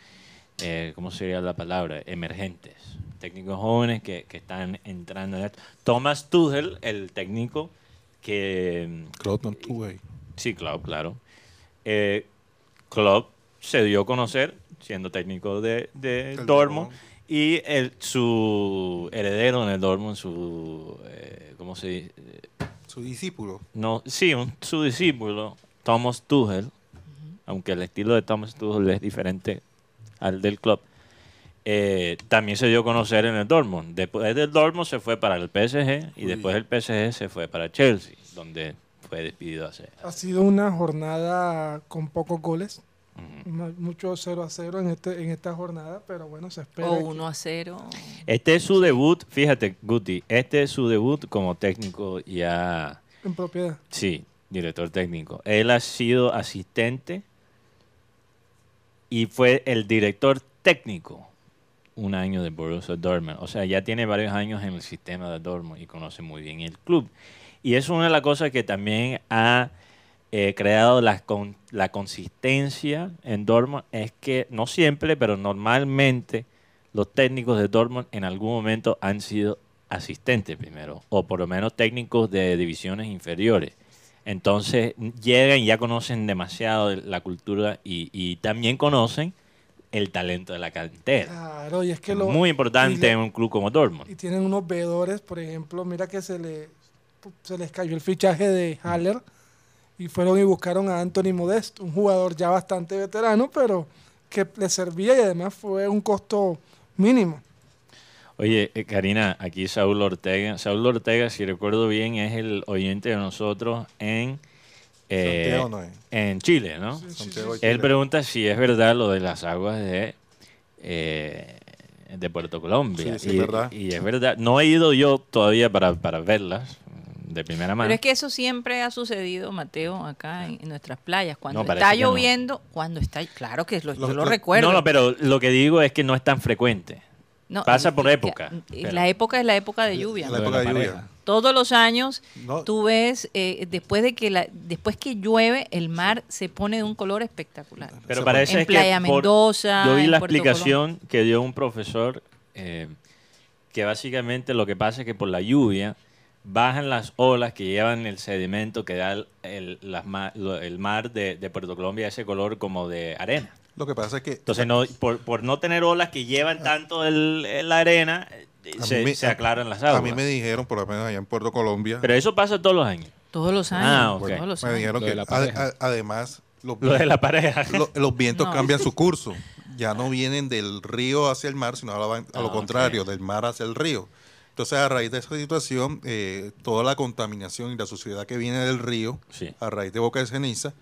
Speaker 4: eh, ¿cómo sería la palabra? Emergentes. Técnicos jóvenes que, que están entrando en esto. Thomas Tuchel, el técnico que... mm,
Speaker 5: Cloton Tuve.
Speaker 4: Sí, Klopp, claro. Eh, Klopp se dio a conocer siendo técnico de, de
Speaker 5: Del
Speaker 4: Dortmund
Speaker 5: Dortmund.
Speaker 4: y el, su heredero en el Dortmund, su... eh, ¿Cómo se dice?
Speaker 5: Su discípulo.
Speaker 4: No, sí, un- su discípulo, Thomas Tuchel, aunque el estilo de Thomas Tuchel es diferente al del club, eh, también se dio a conocer en el Dortmund. Después del Dortmund se fue para el PSG y
Speaker 5: Uy.
Speaker 4: después del PSG se fue para Chelsea, donde fue despedido hace.
Speaker 3: Ha sido una jornada con pocos goles.
Speaker 4: Ujú.
Speaker 3: Ma- Mucho 0 a 0 en, este, en esta jornada, pero bueno, se espera.
Speaker 2: o
Speaker 3: que-
Speaker 2: 1 a 0.
Speaker 4: Este es su debut, fíjate, Guti, este es su debut como técnico ya,
Speaker 3: En propiedad.
Speaker 4: sí, director técnico. Él ha sido asistente y fue el director técnico un año de Borussia Dortmund. O sea, ya tiene varios años en el sistema de Dortmund y conoce muy bien el club. Y es una de las cosas que también ha eh, creado la, con- la consistencia en Dortmund es que no siempre, pero normalmente los técnicos de Dortmund en algún momento han sido asistentes primero, o por lo menos técnicos de divisiones inferiores. Entonces llegan y ya conocen demasiado de la cultura y, y también conocen el talento de la cantera.
Speaker 3: Claro, y es que lo.
Speaker 4: Muy importante
Speaker 3: y le-
Speaker 4: en un club como
Speaker 3: Y
Speaker 4: Dortmund.
Speaker 3: tienen unos veedores, por ejemplo, mira que se, le, se les cayó el fichaje de
Speaker 4: Mm.
Speaker 3: Haller y fueron y buscaron a Anthony Modest, un jugador ya bastante veterano, pero que le servía y además fue un costo mínimo.
Speaker 4: Oye, eh, Karina, aquí Saúl Ortega. Saúl Ortega, si recuerdo bien, es el oyente de nosotros en, eh,
Speaker 5: Santiago no es.
Speaker 4: en Chile, ¿no?
Speaker 5: Santiago Chile.
Speaker 4: Él pregunta si es verdad lo de las aguas de, eh, de Puerto Colombia.
Speaker 5: Sí, sí,
Speaker 4: y,
Speaker 5: es verdad.
Speaker 4: y es verdad. No he ido yo todavía para, para verlas mm, de primera mano.
Speaker 2: Pero es que eso siempre ha sucedido, Mateo, acá en, en nuestras playas. Cuando
Speaker 4: No, parece
Speaker 2: está
Speaker 4: que no.
Speaker 2: lloviendo, cuando está. Claro que lo,
Speaker 5: Lo-
Speaker 2: yo lo
Speaker 5: lo-
Speaker 2: recuerdo.
Speaker 4: No, no, pero lo que digo es que no es tan frecuente.
Speaker 2: No,
Speaker 4: pasa
Speaker 2: y-
Speaker 4: por
Speaker 2: y-
Speaker 4: época,
Speaker 2: y
Speaker 4: pero-
Speaker 2: La época es la época de lluvia.
Speaker 4: Lo
Speaker 5: La
Speaker 4: de
Speaker 5: época
Speaker 4: la
Speaker 5: de lluvia.
Speaker 4: pareja.
Speaker 2: Todos los años
Speaker 5: No,
Speaker 2: tú ves eh, después de que la, después que llueve el mar se pone de un color espectacular.
Speaker 4: Pero
Speaker 5: Se
Speaker 4: parece
Speaker 2: pone-
Speaker 4: es
Speaker 2: En Playa
Speaker 4: que por-
Speaker 2: Mendoza,
Speaker 4: yo vi
Speaker 2: en
Speaker 4: la
Speaker 2: Puerto
Speaker 4: explicación que dio un profesor eh, que básicamente lo que pasa es que por la lluvia bajan las olas que llevan el sedimento que da el, el- las ma- lo- el mar de, de Puerto Colombia ese color como de arena.
Speaker 5: lo que pasa es que
Speaker 4: Entonces, no, por, por no tener olas que llevan tanto el- el- la arena, eh,
Speaker 5: a mí
Speaker 4: se,
Speaker 5: me-
Speaker 4: se
Speaker 5: a-
Speaker 4: aclaran las aguas.
Speaker 5: A mí me dijeron, por lo menos allá en Puerto Colombia,
Speaker 4: Pero eso pasa todos los años.
Speaker 2: Todos los años.
Speaker 4: Ah, ok.
Speaker 2: Todos los
Speaker 5: me
Speaker 2: años.
Speaker 5: dijeron
Speaker 6: Lo de
Speaker 5: que
Speaker 6: la
Speaker 5: a-
Speaker 6: pareja.
Speaker 5: a- además los,
Speaker 4: Lo de la pareja.
Speaker 5: lo- los vientos
Speaker 2: No.
Speaker 5: cambian su curso. Ya no vienen del río hacia el mar, sino ahora van a
Speaker 4: Ah,
Speaker 5: lo
Speaker 4: ok.
Speaker 5: contrario, del mar hacia el río. Entonces, a raíz de esa situación, eh, toda la contaminación y la suciedad que viene del río,
Speaker 4: Sí.
Speaker 5: a raíz de Boca de Ceniza,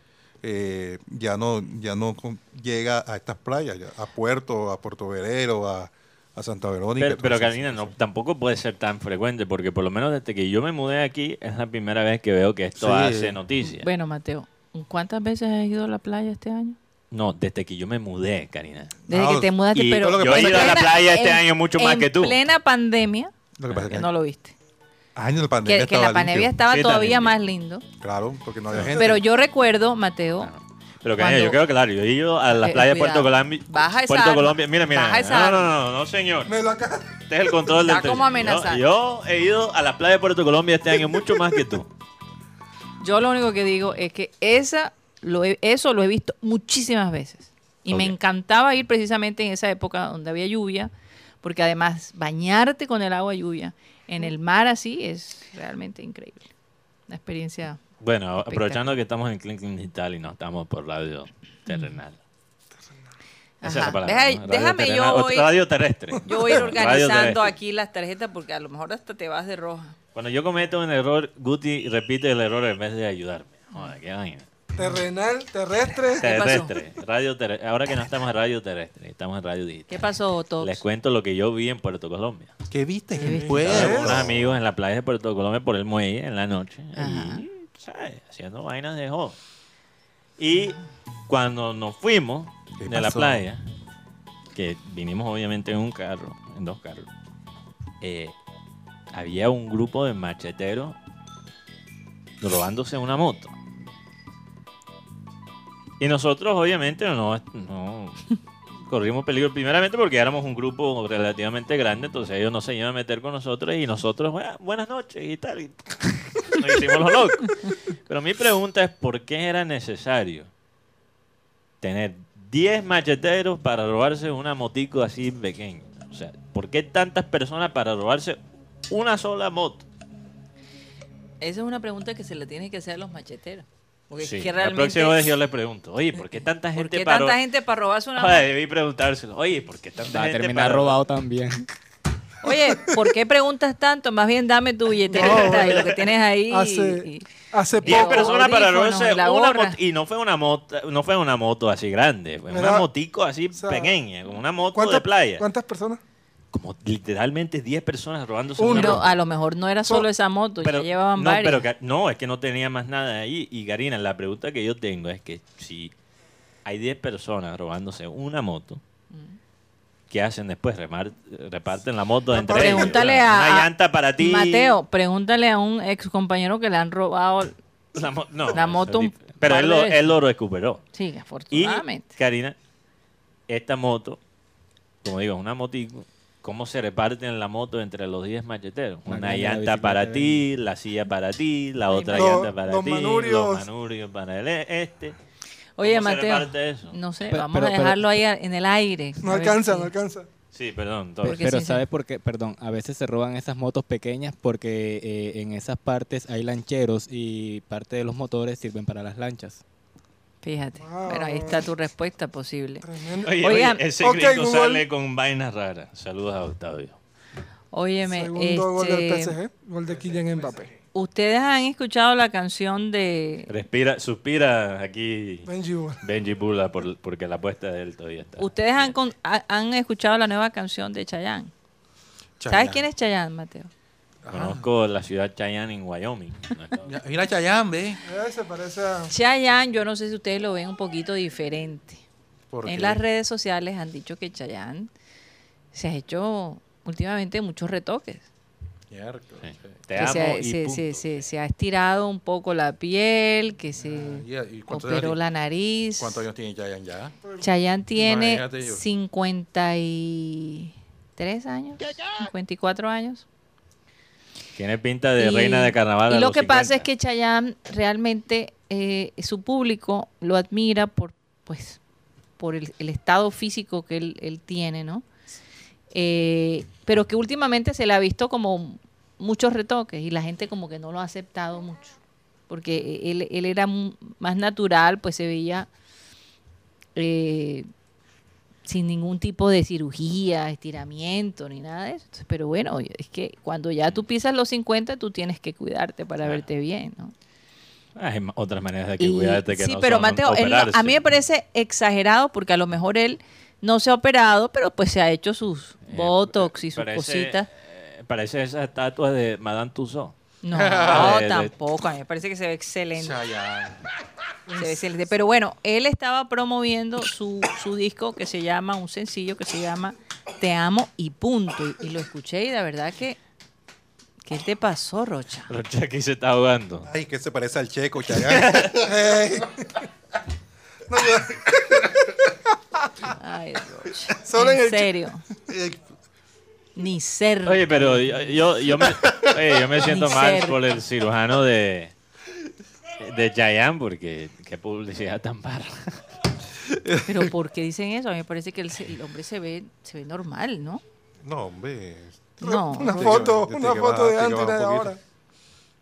Speaker 5: eh, ya no ya no con- llega a estas playas, ya, a Puerto, a Puerto Verero, a, a Santa Verónica.
Speaker 4: Pero, pero
Speaker 5: entonces,
Speaker 4: Carolina, no, tampoco puede ser tan frecuente, porque por lo menos desde que yo me mudé aquí, es la primera vez que veo que esto
Speaker 5: Sí.
Speaker 4: hace noticia.
Speaker 2: Bueno, Mateo, ¿cuántas veces has ido a la playa este año?
Speaker 4: No, desde que yo me mudé, Karina.
Speaker 2: Desde
Speaker 5: Ah,
Speaker 2: que te mudaste,
Speaker 4: y
Speaker 2: pero
Speaker 5: todo lo
Speaker 4: yo
Speaker 5: que
Speaker 4: he
Speaker 5: pasa
Speaker 4: ido a
Speaker 5: es
Speaker 4: la
Speaker 2: plena-
Speaker 4: playa este
Speaker 2: en-
Speaker 4: año mucho más
Speaker 2: en
Speaker 4: que tú.
Speaker 2: plena pandemia,
Speaker 5: Lo que pasa es
Speaker 2: que
Speaker 5: que
Speaker 2: no lo viste.
Speaker 5: años de pandemia
Speaker 2: Que, que la
Speaker 5: estaba
Speaker 2: pandemia
Speaker 5: limpio.
Speaker 2: estaba
Speaker 4: Sí, está
Speaker 2: todavía
Speaker 4: limpio.
Speaker 2: más lindo.
Speaker 5: Claro, porque no había gente.
Speaker 2: Pero yo recuerdo, Mateo,
Speaker 4: Pero Karina, yo
Speaker 2: Cuando-
Speaker 4: creo que claro, yo he ido a las
Speaker 2: Eh,
Speaker 4: playas de
Speaker 2: cuidado.
Speaker 4: Puerto Colombia.
Speaker 2: Baja esa
Speaker 4: Puerto
Speaker 2: arma.
Speaker 4: Colombia, mira, mira.
Speaker 2: Baja esa
Speaker 4: no,
Speaker 2: arma.
Speaker 4: no, no, no, señor.
Speaker 5: Me lo acá.
Speaker 4: Este es el control del
Speaker 2: Está como
Speaker 4: tren.
Speaker 2: amenazante.
Speaker 4: Yo, yo he ido a las playas de Puerto Colombia este año mucho más que tú.
Speaker 2: yo lo único que digo es que esa lo he- eso lo he visto muchísimas veces. Y me
Speaker 4: Ok.
Speaker 2: encantaba ir precisamente en esa época donde había lluvia, porque además bañarte con el agua lluvia en el mar así es realmente increíble. Una experiencia
Speaker 4: Bueno,
Speaker 2: Espectacular.
Speaker 4: aprovechando que estamos en Clean Clean Digital y no estamos por radio terrenal. Esa es la
Speaker 2: Ajá.
Speaker 4: palabra,
Speaker 2: Deja-
Speaker 4: ¿no? Radio
Speaker 2: déjame yo
Speaker 4: terrenal, o
Speaker 2: hoy-
Speaker 4: Radio terrestre.
Speaker 2: Yo voy a ir
Speaker 4: Radio terrestre.
Speaker 2: organizando aquí las tarjetas porque a lo mejor hasta te vas de roja.
Speaker 4: Cuando yo cometo un error, Guti repite el error en vez de ayudarme. Joder, qué vaina.
Speaker 3: Terrenal, terrestre.
Speaker 2: pasó?
Speaker 4: Terrestre. Radio terrestre. Ahora que no estamos en radio terrestre, estamos en radio digital.
Speaker 2: ¿Qué pasó, Tox?
Speaker 4: Les cuento lo que yo vi en Puerto Colombia.
Speaker 5: ¿Qué viste? Pues.
Speaker 2: ¿Qué viste?
Speaker 5: ¿Qué
Speaker 4: Estaba con unos
Speaker 5: pueblo?
Speaker 4: amigos en la playa de Puerto Colombia por el muelle en la noche.
Speaker 2: Ajá.
Speaker 4: Y, ¿sabes? Haciendo vainas de joven. Y cuando nos fuimos
Speaker 5: ¿Qué
Speaker 4: de la
Speaker 5: pasó?
Speaker 4: playa, que vinimos obviamente en un carro, en dos carros, eh, había un grupo de macheteros robándose una moto. Y nosotros obviamente no, no corrimos peligro primeramente porque éramos un grupo relativamente grande, entonces ellos no se iban a meter con nosotros y nosotros, "Buena- buenas noches y tal. Y nos hicimos los locos. Pero mi pregunta es, ¿por qué era necesario tener 10 macheteros para robarse una motico así pequeña? O sea, ¿por qué tantas personas para robarse una sola moto?
Speaker 2: Esa es una pregunta que se le tiene que hacer a los macheteros. Porque
Speaker 4: Sí,
Speaker 2: es que
Speaker 4: la
Speaker 2: realmente.
Speaker 4: próxima vez yo le pregunto, oye, ¿por qué tanta
Speaker 2: ¿Por
Speaker 4: gente
Speaker 2: qué
Speaker 4: para
Speaker 2: tanta gente para robarse una
Speaker 4: Joder, debí preguntárselo. Oye, ¿por qué tanta
Speaker 6: Va a
Speaker 4: gente
Speaker 6: terminar
Speaker 4: para-
Speaker 6: Ah, robado también.
Speaker 2: Oye, ¿por qué preguntas tanto? Más bien dame tu billetera
Speaker 3: No,
Speaker 2: y lo que tienes ahí. y-
Speaker 3: Hace,
Speaker 2: y-
Speaker 3: hace
Speaker 4: 10
Speaker 2: Diez
Speaker 3: poco.
Speaker 4: personas para
Speaker 2: audífonos,
Speaker 4: robarse
Speaker 2: la
Speaker 4: una
Speaker 2: gorra.
Speaker 4: moto y no fue una moto, no fue una moto así grande, fue una
Speaker 3: Era-
Speaker 4: motico así
Speaker 3: o sea,
Speaker 4: pequeña, como una moto de
Speaker 3: ¿Cuántas,
Speaker 4: playa.
Speaker 3: ¿Cuántas personas?
Speaker 4: Como literalmente 10 personas robándose una
Speaker 2: Pero
Speaker 4: moto.
Speaker 2: a lo mejor no era solo esa moto,
Speaker 4: Pero-
Speaker 2: ya llevaban
Speaker 4: no,
Speaker 2: varias.
Speaker 4: pero Ga- no, es que no tenía más nada ahí. Y Karina, la pregunta que yo tengo es que si hay 10 personas robándose una moto,
Speaker 2: Mm.
Speaker 4: ¿qué hacen después? Remar- reparten la moto entre ellos.
Speaker 2: Pregúntale
Speaker 4: Una
Speaker 2: a. a-
Speaker 4: llanta para ti.
Speaker 2: Mateo, pregúntale a un ex compañero que le han robado.
Speaker 4: La, mo- no,
Speaker 2: la
Speaker 4: eso es
Speaker 2: moto un
Speaker 4: dif- Pero
Speaker 2: par
Speaker 4: él
Speaker 2: de
Speaker 4: lo,
Speaker 2: veces.
Speaker 4: él lo recuperó.
Speaker 2: Sí,
Speaker 4: Y,
Speaker 2: afortunadamente.
Speaker 4: Karina, esta moto, como digo, es una motico. ¿Cómo se reparten la moto entre los 10 macheteros?
Speaker 6: La
Speaker 4: Una
Speaker 6: caña, la
Speaker 4: llanta
Speaker 6: bicicleta
Speaker 4: para
Speaker 6: de-
Speaker 4: ti, la silla para ti, la otra
Speaker 3: madre.
Speaker 4: llanta
Speaker 3: Los-
Speaker 4: para
Speaker 3: los
Speaker 4: ti,
Speaker 3: manurios.
Speaker 4: los manurios para el e- este.
Speaker 2: Oye,
Speaker 4: ¿Cómo se
Speaker 2: Mateo.
Speaker 4: reparte eso?
Speaker 2: No sé,
Speaker 6: Pe-
Speaker 2: vamos
Speaker 6: pero-
Speaker 2: a
Speaker 6: pero-
Speaker 2: dejarlo ahí a- en el aire.
Speaker 3: No
Speaker 2: A ver
Speaker 3: alcanza,
Speaker 2: si-
Speaker 3: no alcanza.
Speaker 4: Sí, perdón. todo.
Speaker 2: Pero que
Speaker 6: Pero
Speaker 2: sí,
Speaker 6: ¿sabes por qué? Perdón, a veces se roban esas motos pequeñas porque eh, en esas partes hay lancheros y parte de los motores sirven para las lanchas.
Speaker 2: Fíjate.
Speaker 3: Wow.
Speaker 2: Bueno, ahí está tu respuesta posible.
Speaker 3: Tremendo.
Speaker 4: Oye,
Speaker 2: Oigan,
Speaker 4: oye, ese
Speaker 3: ok,
Speaker 4: grito
Speaker 3: Google.
Speaker 4: sale con vainas raras. Saludos a Octavio.
Speaker 2: Óyeme,
Speaker 3: Segundo gol del
Speaker 2: este,
Speaker 3: PSG, gol de Kylian Mbappé.
Speaker 2: ustedes han escuchado la canción de...
Speaker 4: Respira, suspira aquí
Speaker 3: Benji Wood.
Speaker 4: Benji Bula por- porque la apuesta de él todavía está.
Speaker 2: Ustedes han, con- ha- han escuchado la nueva canción de Chayanne. ¿Sabes quién es Chayanne, Mateo?
Speaker 4: Conozco la ciudad Cheyenne en Wyoming. en Estados Unidos.
Speaker 5: Mira Chayanne, ve.
Speaker 3: Eh, se parece a...
Speaker 2: Chayanne, yo no sé si ustedes lo ven un poquito diferente.
Speaker 5: ¿Por
Speaker 2: En
Speaker 5: qué?
Speaker 2: las redes sociales han dicho que Chayanne se ha hecho últimamente muchos retoques.
Speaker 5: Miércoles.
Speaker 4: Sí. Te
Speaker 2: que
Speaker 4: amo
Speaker 2: se ha,
Speaker 4: y
Speaker 2: se-
Speaker 4: punto.
Speaker 2: se- se- se ha estirado un poco la piel, que se
Speaker 5: Ah, ya, ¿y cuántos
Speaker 2: operó
Speaker 5: años-
Speaker 2: la nariz.
Speaker 5: ¿Cuántos años tiene Chayanne ya?
Speaker 2: Chayanne tiene
Speaker 5: Imagínate yo.
Speaker 2: 53 años, 54 años.
Speaker 4: Tiene pinta de
Speaker 2: Y-
Speaker 4: reina de carnaval.
Speaker 2: Y
Speaker 4: a
Speaker 2: lo
Speaker 4: los
Speaker 2: que pasa es
Speaker 4: 50.
Speaker 2: que Chayanne realmente eh, su público lo admira por, pues, por el, el estado físico que él, él tiene, ¿no? Eh, pero que últimamente se le ha visto como muchos retoques y la gente como que no lo ha aceptado mucho. Porque él, él era mu- más natural, pues se veía eh, sin ningún tipo de cirugía, estiramiento, ni nada de eso. Entonces, pero bueno, es que cuando ya tú pisas los 50, tú tienes que cuidarte para
Speaker 4: Claro.
Speaker 2: verte bien, ¿no?
Speaker 4: Hay ma- otras maneras de que
Speaker 2: Y-
Speaker 4: cuidarte que
Speaker 2: sí,
Speaker 4: no
Speaker 2: pero
Speaker 4: son
Speaker 2: Mateo, él no- a
Speaker 4: operarse.
Speaker 2: mí me parece exagerado porque a lo mejor él No se ha operado, pero pues se ha hecho sus botox y sus
Speaker 4: Eh, Parece-
Speaker 2: cositas.
Speaker 4: eh, parece esa estatua de Madame Tussauds.
Speaker 2: No,
Speaker 4: Ah, de- de-
Speaker 2: tampoco. A mí me parece que se ve excelente.
Speaker 5: sea, ya.
Speaker 2: Se ve excelente. Pero bueno, él estaba promoviendo su, su disco que se llama, un sencillo que se llama Te amo y punto. Y, y lo escuché y la verdad que. ¿Qué te pasó, Rocha?
Speaker 4: Rocha aquí se está ahogando.
Speaker 5: Ay, que se parece al checo, Chayán. Eh.
Speaker 3: Ey,
Speaker 2: Ay, Rocha.
Speaker 5: Solo en
Speaker 2: en
Speaker 5: el-
Speaker 2: serio. Ni ser.
Speaker 4: Oye, pero yo, yo, yo me, oye, yo me siento
Speaker 2: Ni
Speaker 4: mal
Speaker 2: cerca.
Speaker 4: por el cirujano de de Chayanne, porque qué publicidad tan barra.
Speaker 2: Pero ¿por qué dicen eso? A mí me parece que el, se- el hombre se ve, se ve normal, ¿no?
Speaker 5: No, hombre.
Speaker 2: No.
Speaker 3: una
Speaker 5: Te
Speaker 3: foto,
Speaker 5: lleva- te
Speaker 3: una
Speaker 5: lleva-
Speaker 3: foto de
Speaker 5: te
Speaker 3: antes y
Speaker 5: lleva
Speaker 3: una de
Speaker 5: un poquito.
Speaker 3: ahora.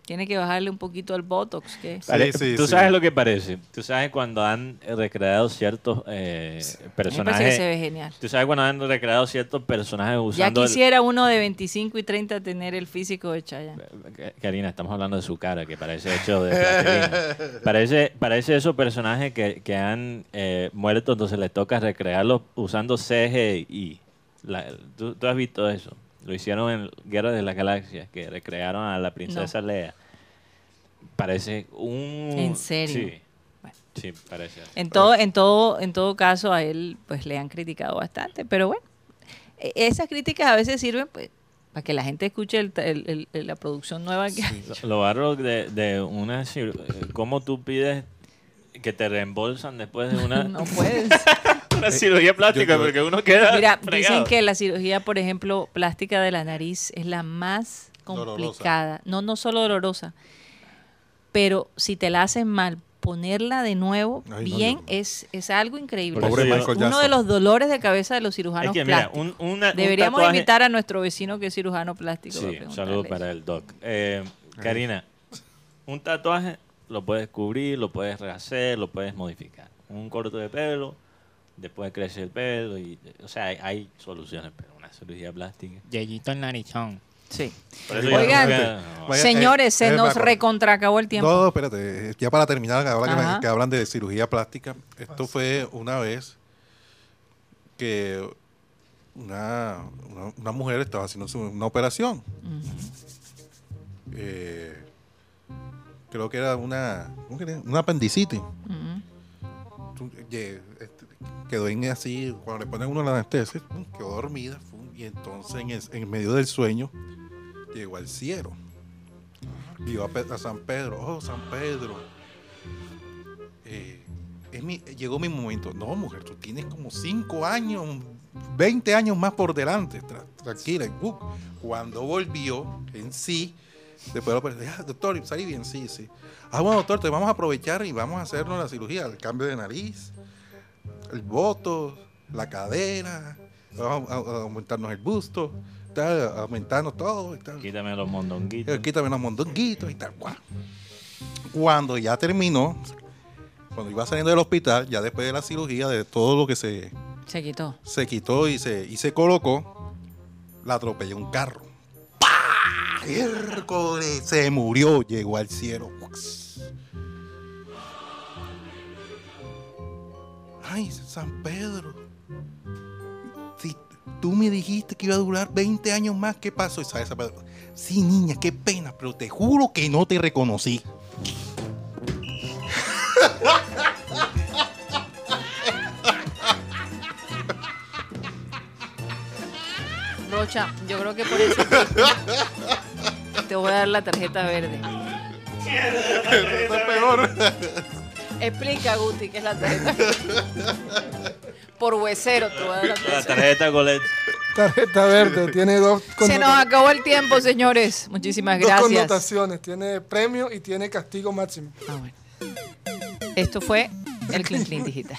Speaker 2: Tiene que bajarle un poquito al Botox. ¿qué?
Speaker 5: Sí,
Speaker 4: Pare-
Speaker 5: sí,
Speaker 4: Tú
Speaker 5: sí.
Speaker 4: sabes lo que parece. Tú sabes cuando han recreado ciertos eh,
Speaker 2: A mí me parece que
Speaker 4: personajes.
Speaker 2: se ve genial.
Speaker 4: Tú sabes cuando han recreado ciertos personajes
Speaker 2: Ya
Speaker 4: usando. el-
Speaker 2: quisiera uno de 25 y 30 tener el físico de Chayanne.
Speaker 4: Ka- Karina, estamos hablando de su cara, que parece hecho de plastilina. parece, parece esos personajes que, que han eh, muerto, entonces les toca recrearlos usando CGI. La- ¿tú, tú has visto eso? Lo hicieron en Guerra de las Galaxias, que recrearon a la princesa Lea. Parece un...
Speaker 2: ¿En serio?
Speaker 4: Sí,
Speaker 2: Bueno.
Speaker 4: sí parece.
Speaker 2: En todo,
Speaker 4: pues.
Speaker 2: en todo, en todo caso, a él pues le han criticado bastante. Pero bueno, e- esas críticas a veces sirven pues para que la gente escuche el- el- el- el- la producción nueva que hay.
Speaker 4: Lo- Lo barro de, de una... cir- ¿Cómo tú pides que te reembolsan después de una,
Speaker 2: No puedes.
Speaker 4: una cirugía plástica?
Speaker 5: yo-
Speaker 4: porque uno queda
Speaker 2: Mira, dicen
Speaker 4: fregado.
Speaker 2: que la cirugía, por ejemplo, plástica de la nariz es la más
Speaker 5: Dolorosa.
Speaker 2: complicada. No, no solo dolorosa, pero si te la hacen mal, ponerla de nuevo
Speaker 5: Ay, no,
Speaker 2: bien
Speaker 5: yo-
Speaker 2: es, es algo increíble.
Speaker 4: Pobre
Speaker 2: Uno
Speaker 5: Michael
Speaker 2: de
Speaker 5: Jackson.
Speaker 2: los dolores de cabeza de los cirujanos
Speaker 4: Es que, mira,
Speaker 2: plásticos.
Speaker 4: un, una, un
Speaker 2: Deberíamos
Speaker 4: tatuaje-
Speaker 2: invitar a nuestro vecino que es cirujano plástico.
Speaker 4: Sí, un saludo para el doc. Eh, Karina, un tatuaje lo puedes cubrir, lo puedes rehacer, lo puedes modificar. Un corto de pelo, después crece el pelo. Y, o sea, hay, hay soluciones, pero una cirugía plástica.
Speaker 6: Yeyito el narichón.
Speaker 2: Sí.
Speaker 4: Por eso yo
Speaker 2: Oigan.
Speaker 4: nunca-
Speaker 5: Vaya,
Speaker 2: Señores,
Speaker 5: eh,
Speaker 2: se
Speaker 5: eh,
Speaker 2: nos
Speaker 5: Paco.
Speaker 2: recontracabó el tiempo.
Speaker 5: No, no, espérate. eh, Ya para terminar, ahora que,
Speaker 2: Ajá.
Speaker 5: me- que hablan de cirugía plástica, esto fue una vez que una, una, una mujer estaba haciendo su- una operación. Eh, creo que era una, ¿cómo que era? una apendicitis.
Speaker 2: Ujú.
Speaker 5: Tú- ye- este, quedó en así, cuando le ponen uno la anestesia, pum, quedó dormida. pum, Y entonces en, es- en medio del sueño llegó al cielo. Y iba a, Pe- a San Pedro, oh San Pedro. eh, es mi- llegó mi momento. No, mujer, tú tienes como 5 años, 20 años más por delante. tra- tranquila. y, uh, cuando volvió en sí, después lo pensé, "Ah, doctor, salí bien, sí, sí. Ah, bueno, doctor, te vamos a aprovechar y vamos a hacernos la cirugía, el cambio de nariz, el boto, la cadera, vamos a, a- a aumentarnos el busto, tal, a- aumentarnos todo y tal.
Speaker 4: Quítame los mondonguitos.
Speaker 5: Eh, Quítame los mondonguitos y tal. guau. Cuando ya terminó, cuando iba saliendo del hospital, ya después de la cirugía, de todo lo que se,
Speaker 2: Se quitó.
Speaker 5: se quitó y se, y se colocó, la atropelló un carro. ¡Pah! ¡Hércules! Se murió, llegó al cielo. Ay, San Pedro. Si tú me dijiste que iba a durar 20 años más, ¿qué pasó? Y sabe San Pedro, Sí, niña, qué pena, pero te juro que no te reconocí.
Speaker 2: Rocha, yo creo que por eso te voy a dar la tarjeta verde.
Speaker 5: es peor.
Speaker 2: Explica, Guti, qué es la tarjeta. Por huesero te voy a dar la
Speaker 4: La
Speaker 2: tarjeta.
Speaker 4: tarjeta Golet.
Speaker 3: Tarjeta verde, tiene dos,
Speaker 2: Se nos
Speaker 3: connota-
Speaker 2: acabó el tiempo, señores. Muchísimas
Speaker 3: dos
Speaker 2: gracias.
Speaker 3: connotaciones. Tiene premio y tiene castigo máximo.
Speaker 2: Ah, bueno. Esto fue el Clean Clean Digital.